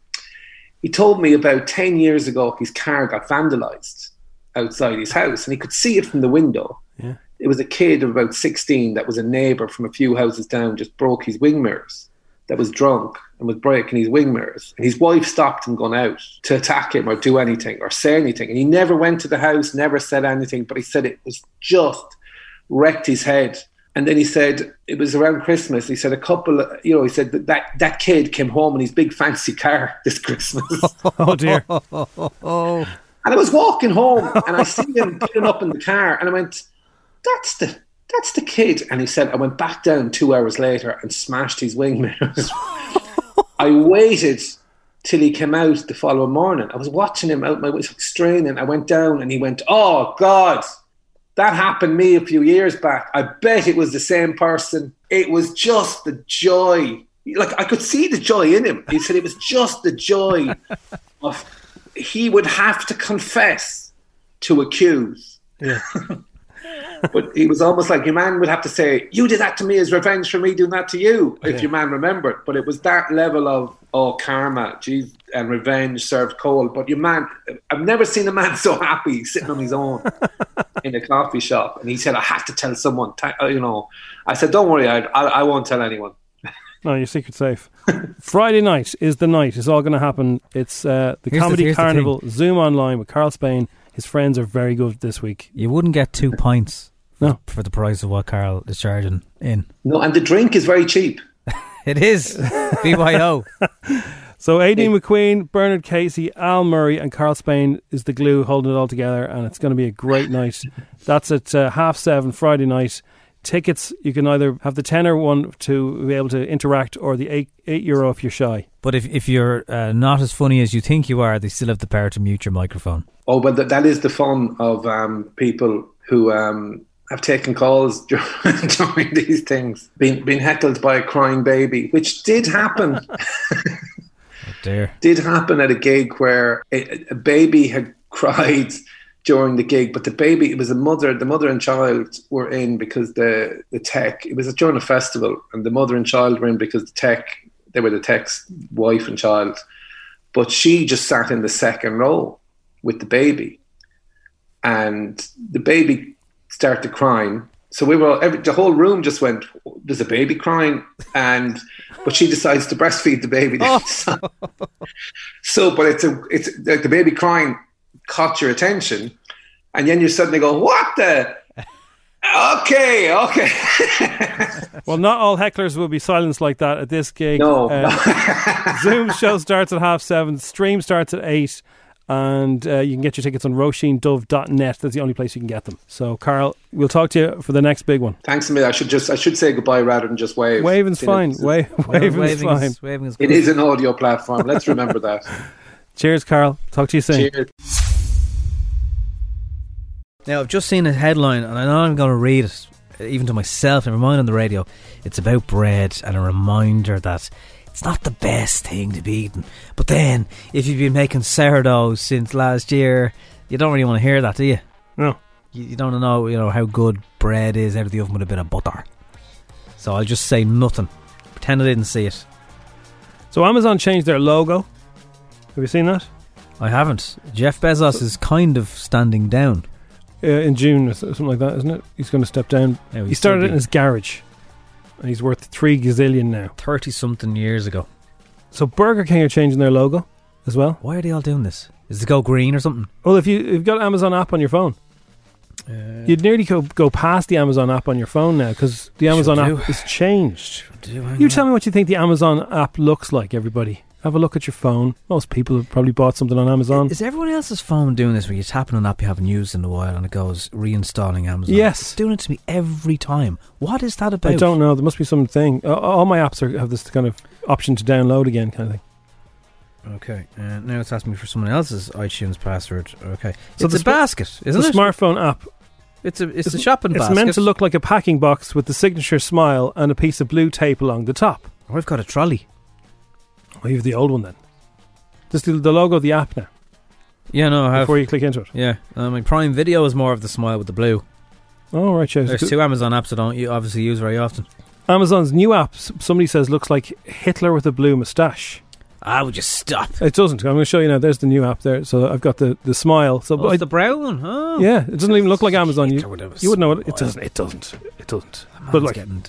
Speaker 22: "He told me about ten years ago his car got vandalized outside his house, and he could see it from the window."
Speaker 3: Yeah.
Speaker 22: it was a kid of about 16 that was a neighbor from a few houses down just broke his wing mirrors that was drunk and was breaking his wing mirrors and his wife stopped him going out to attack him or do anything or say anything and he never went to the house never said anything but he said it was just wrecked his head and then he said it was around christmas he said a couple you know he said that that, that kid came home in his big fancy car this christmas
Speaker 3: oh dear
Speaker 2: oh
Speaker 22: and I was walking home and I see him pulling up in the car and I went, That's the that's the kid. And he said, I went back down two hours later and smashed his wing mirrors. I waited till he came out the following morning. I was watching him out my window, straining. I went down and he went, Oh God, that happened me a few years back. I bet it was the same person. It was just the joy. Like I could see the joy in him. He said it was just the joy of he would have to confess to accuse.
Speaker 3: Yeah.
Speaker 22: but he was almost like your man would have to say, "You did that to me as revenge for me doing that to you." If
Speaker 3: Yeah.
Speaker 22: your man remembered, but it was that level of oh karma, geez, and revenge served cold. But your man, I've never seen a man so happy sitting on his own in a coffee shop, and he said, "I have to tell someone." Ta- uh, you know, I said, "Don't worry, I, I, I won't tell anyone."
Speaker 3: No, your secret safe. Friday night is the night. It's all going to happen. It's uh, the
Speaker 2: Here's the-
Speaker 3: Comedy
Speaker 2: here's the
Speaker 3: Carnival Zoom online with Carl Spain. His friends are very good this week.
Speaker 2: You wouldn't get two pints
Speaker 3: no.
Speaker 2: for the price of what Carl is charging in.
Speaker 22: No, and the drink is very cheap.
Speaker 2: it is. BYO.
Speaker 3: So Aideen McQueen, Bernard Casey, Al Murray, and Carl Spain is the glue holding it all together, and it's going to be a great night. That's at uh, half seven Friday night. Tickets you can either have the tenner one to be able to interact, or the eight eight euro if you're shy.
Speaker 2: But if, if you're uh, not as funny as you think you are, they still have the power to mute your microphone.
Speaker 22: Oh, but that that is the fun of um, people who um, have taken calls during, during these things, being, being heckled by a crying baby, which did happen.
Speaker 2: There.
Speaker 22: did happen at a gig where a, a baby had cried during the gig, but the baby it was a mother. The mother and child were in because the the tech. It was during a festival, and the mother and child were in because the tech they were the tech's wife and child, but she just sat in the second row with the baby, and the baby started crying. So we were every, the whole room just went. There's a baby crying, and but she decides to breastfeed the baby. so, but it's a it's like the baby crying caught your attention, and then you suddenly go, "What the? Okay, okay."
Speaker 3: Well, not all hecklers will be silenced like that at this gig.
Speaker 22: No.
Speaker 3: Zoom show starts at half seven. Stream starts at eight. And uh, you can get your tickets on roisinedove.net. That's the only place you can get them. So, Carl, we'll talk to you for the next big one.
Speaker 22: Thanks a million. I should just I should say goodbye rather than just wave.
Speaker 3: Waving's
Speaker 22: You know,
Speaker 3: fine.
Speaker 22: it's-
Speaker 3: Wa- waving's
Speaker 22: waving
Speaker 3: fine.
Speaker 22: is- it is an audio platform. Let's remember that.
Speaker 3: Cheers, Carl. Talk to you soon.
Speaker 22: Cheers.
Speaker 2: Now I've just seen a headline, and I know I'm going to read it, uh, even to myself. Never mind on the radio. It's about bread and a reminder that it's not the best thing to be eating. But then, if you've been making sourdough since last year, you don't really want to hear that, do you?
Speaker 3: No.
Speaker 2: You, you don't know, you know how good bread is out of the oven with a bit of butter. So I'll just say nothing. Pretend I didn't see it.
Speaker 3: So Amazon changed their logo. Have you seen that?
Speaker 2: I haven't. Jeff Bezos is kind of standing down.
Speaker 3: Uh, in June or so- something like that, isn't it? He's going to step down.
Speaker 2: Yeah,
Speaker 3: he
Speaker 2: Oh, he's
Speaker 3: started
Speaker 2: still
Speaker 3: it in his garage, and he's worth three gazillion now.
Speaker 2: Thirty something years ago.
Speaker 3: So Burger King are changing their logo as well.
Speaker 2: Why are they all doing this? Is it go green or something?
Speaker 3: Well, if you if you've got Amazon app on your phone,
Speaker 2: Uh,
Speaker 3: you'd nearly go, go past the Amazon app on your phone now because the Amazon
Speaker 2: do.
Speaker 3: app is changed.
Speaker 2: do, hang
Speaker 3: you tell me what you think the Amazon app looks like, everybody. Have a look at your phone. Most people have probably bought something on Amazon.
Speaker 2: Is everyone else's phone doing this where you're tapping an app you haven't used in a while and it goes reinstalling Amazon?
Speaker 3: Yes.
Speaker 2: It's doing it to me every time. What is that about?
Speaker 3: I don't know. There must be something. Uh, all my apps are, have this kind of option to download again, kind of thing.
Speaker 2: Okay, uh, now it's asking me for someone else's iTunes password. Okay.
Speaker 3: So
Speaker 2: it's
Speaker 3: the
Speaker 2: a
Speaker 3: sp-
Speaker 2: basket, isn't
Speaker 3: the
Speaker 2: it?
Speaker 3: smartphone app.
Speaker 2: It's a it's, a shopping
Speaker 3: It's
Speaker 2: basket.
Speaker 3: meant to look like a packing box with the signature smile and a piece of blue tape along the top.
Speaker 2: Oh, I've got a trolley.
Speaker 3: Oh, you've the old one then. Just the, the logo of the app now.
Speaker 2: Yeah, no, I have.
Speaker 3: Before you click into it.
Speaker 2: Yeah, I mean, Prime Video is more of the smile with the blue.
Speaker 3: Oh, right, yeah.
Speaker 2: There's two Amazon apps I don't u- obviously use very often.
Speaker 3: Amazon's new app, s- somebody says, looks like Hitler with a blue moustache.
Speaker 2: I would just stop.
Speaker 3: It doesn't. I'm going to show you now. There's the new app there. So I've got the, the Oh. smile. So
Speaker 2: Oh,
Speaker 3: I-
Speaker 2: it's the brown one, huh?
Speaker 3: Yeah, it doesn't even look like Amazon. You, you wouldn't know it. It
Speaker 2: smile.
Speaker 3: doesn't. It doesn't. It doesn't. But
Speaker 2: man's
Speaker 3: like
Speaker 2: Ah, getting-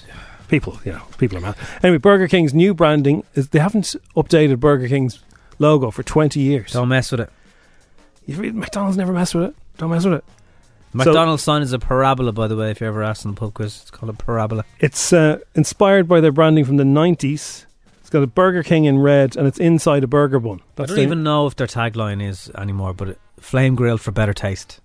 Speaker 3: people, you know, people are mad. Anyway, Burger King's new branding is they haven't updated Burger King's logo for 20 years.
Speaker 2: Don't mess with it.
Speaker 3: You read- McDonald's never mess with it. Don't mess with it. So
Speaker 2: McDonald's sign is a parabola, by the way, if you're ever asked in the pub quiz. It's called a parabola.
Speaker 3: it's uh, inspired by their branding from the 90s. It's got a Burger King in red and it's inside a burger bun.
Speaker 2: I
Speaker 3: That's
Speaker 2: don't
Speaker 3: the-
Speaker 2: even know if their tagline is anymore, but it, flame grilled for better taste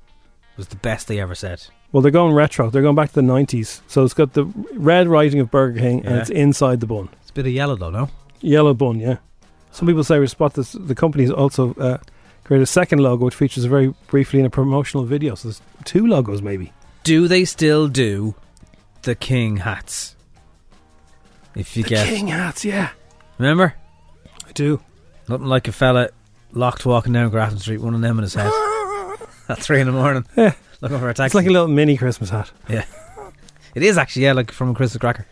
Speaker 2: was the best they ever said.
Speaker 3: Well, they're going retro. They're going back to the 90s. So it's got the red writing of Burger King and
Speaker 2: Yeah.
Speaker 3: it's inside the bun.
Speaker 2: It's a bit of yellow though, no?
Speaker 3: Yellow bun, yeah. Some people say we spot this. The company's also uh, created a second logo, which features very briefly in a promotional video. So there's two logos, maybe.
Speaker 2: Do they still do the king hats? If you get
Speaker 3: King hats, yeah.
Speaker 2: remember,
Speaker 3: I do.
Speaker 2: Nothing like a fella locked walking down Grafton Street, one of them in his head at three in the morning,
Speaker 3: Yeah.
Speaker 2: looking for a
Speaker 3: It's
Speaker 2: taxi.
Speaker 3: like a little mini Christmas hat.
Speaker 2: Yeah. It is actually, yeah, like from a Christmas cracker.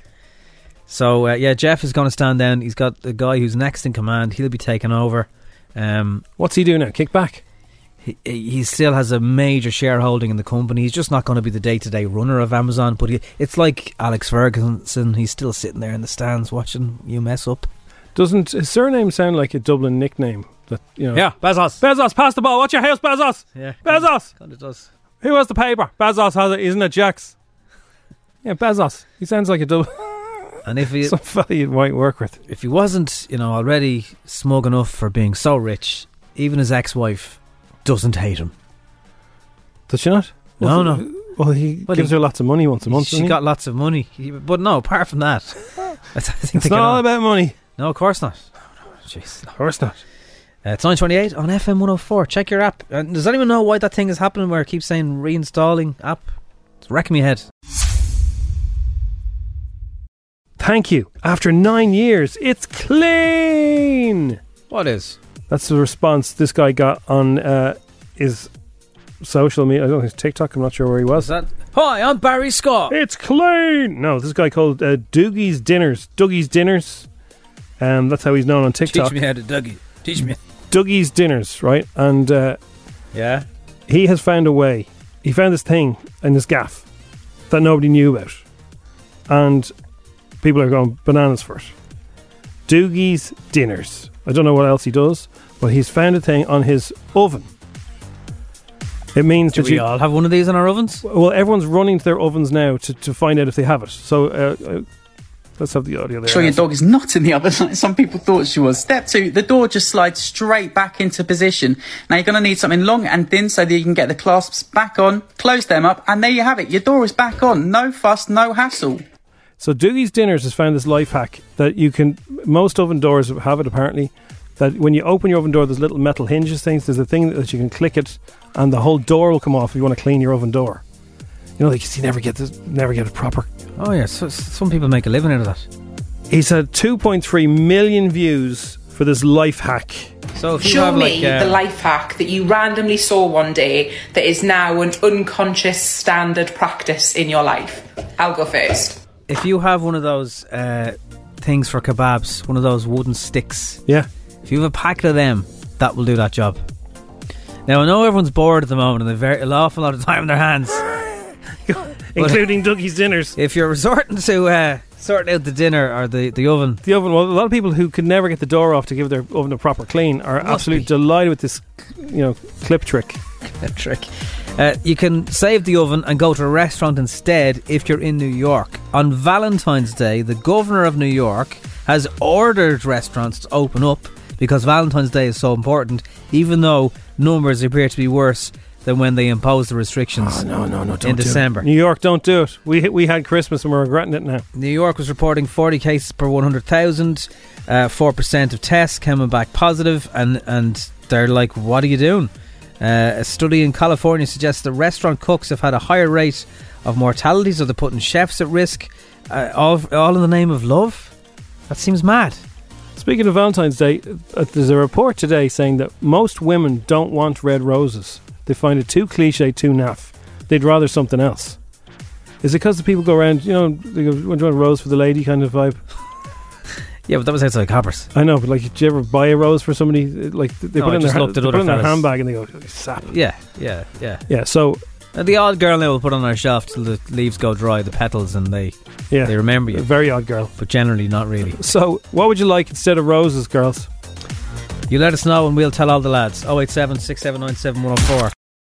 Speaker 2: So, uh, yeah, Jeff is going to stand down. He's got the guy who's next in command. He'll be taking over. Um,
Speaker 3: What's he doing now? Kick back?
Speaker 2: he, he still has a major shareholding in the company. He's just not going to be the day to day runner of Amazon, but he, it's like Alex Ferguson. He's still sitting there in the stands watching you mess up.
Speaker 3: Doesn't his surname sound like a Dublin nickname? That you know.
Speaker 2: Yeah, Bezos.
Speaker 3: Bezos, pass the ball. Watch your house, Bezos.
Speaker 2: Yeah.
Speaker 3: Bezos.
Speaker 2: Kind of does.
Speaker 3: Who has the paper? Bezos has it, isn't it, Jax? Yeah, Bezos. He sounds like a Dublin.
Speaker 2: And if he,
Speaker 3: Some fella you might work with.
Speaker 2: if he wasn't, you know, already smug enough for being so rich, even his ex wife doesn't hate him.
Speaker 3: Does she not?
Speaker 2: No,
Speaker 3: Well,
Speaker 2: no.
Speaker 3: Well, he
Speaker 2: Well,
Speaker 3: gives
Speaker 2: he-
Speaker 3: her lots of money once a month.
Speaker 2: She
Speaker 3: doesn't he?
Speaker 2: got lots of money. He- But no, apart from that, I think
Speaker 3: It's not
Speaker 2: they get
Speaker 3: all
Speaker 2: on.
Speaker 3: about money.
Speaker 2: No, of course not. No, no, Jeez. no.
Speaker 3: Of course not.
Speaker 2: Uh, it's 9.28 on FM 104. Check your app. And does anyone know why that thing is happening where it keeps saying reinstalling app? It's wrecking me head.
Speaker 3: Thank you. After nine years, it's clean.
Speaker 2: What is?
Speaker 3: That's the response this guy got on uh, his social media. I don't think it's TikTok. I'm not sure where he was.
Speaker 2: Is that? Hi, I'm Barry Scott.
Speaker 3: It's clean. No, this guy called uh, Doogie's Dinners. Doogie's Dinners. Um, that's how he's known on TikTok.
Speaker 23: Teach me how to Dougie. Teach me.
Speaker 3: Dougie's dinners, right? And uh,
Speaker 23: Yeah.
Speaker 3: he has found a way. He found this thing and this gaff that nobody knew about, and people are going bananas for it. Doogie's dinners. I don't know what else he does, but he's found a thing on his oven. It means
Speaker 2: Do
Speaker 3: that
Speaker 2: we
Speaker 3: you
Speaker 2: all have one of these in our ovens?
Speaker 3: Well, everyone's running to their ovens now to, to find out if they have it. So uh, uh, let's have the audio there.
Speaker 24: Sure, your dog is not in the oven like some people thought she was. Step two, the door just slides straight back into position. Now you're going to need something long and thin so that you can get the clasps back on, close them up, and there you have it. Your door is back on. No fuss, no hassle.
Speaker 3: So Doogie's Dinners has found this life hack that you can most oven doors have it apparently that when you open your oven door there's little metal hinges things there's a thing that you can click it and the whole door will come off if you want to clean your oven door. You know like you see never get this never get it proper.
Speaker 2: Oh yeah, so, some people make a living out of that.
Speaker 3: He's had 2.3 million views for this life hack.
Speaker 2: So
Speaker 1: Show me
Speaker 2: uh,
Speaker 1: the life hack that you randomly saw one day that is now an unconscious standard practice in your life. I'll go first.
Speaker 2: If you have one of those uh, things for kebabs, one of those wooden sticks,
Speaker 3: yeah.
Speaker 2: If you have a packet of them, that will do that job. Now I know everyone's bored at the moment and they've very, an awful lot of time in their hands,
Speaker 3: including Dougie's dinners.
Speaker 2: If you're resorting to uh, sorting out the dinner or the, the oven,
Speaker 3: The oven. Well, a lot of people who could never get the door off to give their oven a proper clean are absolutely delighted with this, you know, clip trick.
Speaker 2: Clip trick. Uh, you can save the oven and go to a restaurant instead if you're in New York. On Valentine's Day, the governor of New York has ordered restaurants to open up because Valentine's Day is so important, even though numbers appear to be worse than when they imposed the restrictions no, no, no,
Speaker 3: Don't
Speaker 2: in
Speaker 3: do it.
Speaker 2: December.
Speaker 3: New York, don't do it. We we had Christmas and we're regretting it now.
Speaker 2: New York was reporting 40 cases per 100,000. Uh, 4% of tests coming back positive, and, and they're like, what are you doing? Uh, a study in California suggests that restaurant cooks have had a higher rate of mortality, so they're putting chefs at risk, uh, all, all in the name of love. That seems mad.
Speaker 3: Speaking of Valentine's Day, uh, there's a report today saying that most women don't want red roses. They find it too cliche, too naff. They'd rather something else. Is it because the people go around, you know, they go, "Do you want a rose for the lady kind of vibe?
Speaker 2: Yeah, but that was outside Coppers.
Speaker 3: I know, but like, did you ever buy a rose for somebody? Uh, Like, they
Speaker 2: No,
Speaker 3: put it
Speaker 2: I
Speaker 3: in
Speaker 2: just
Speaker 3: their, ha-
Speaker 2: looked at
Speaker 3: they put
Speaker 2: other
Speaker 3: it in their
Speaker 2: fellas.
Speaker 3: handbag and they go, sap.
Speaker 2: Yeah, yeah, yeah. Uh,
Speaker 3: Yeah, so.
Speaker 2: the odd girl now will put on her shelf till the leaves go dry, the petals, and they
Speaker 3: Yeah,
Speaker 2: they remember you.
Speaker 3: Very odd girl.
Speaker 2: But generally, not really.
Speaker 3: So, what would you like instead of roses, girls?
Speaker 2: Oh You let us know and we'll tell all the lads. 087 679 7104.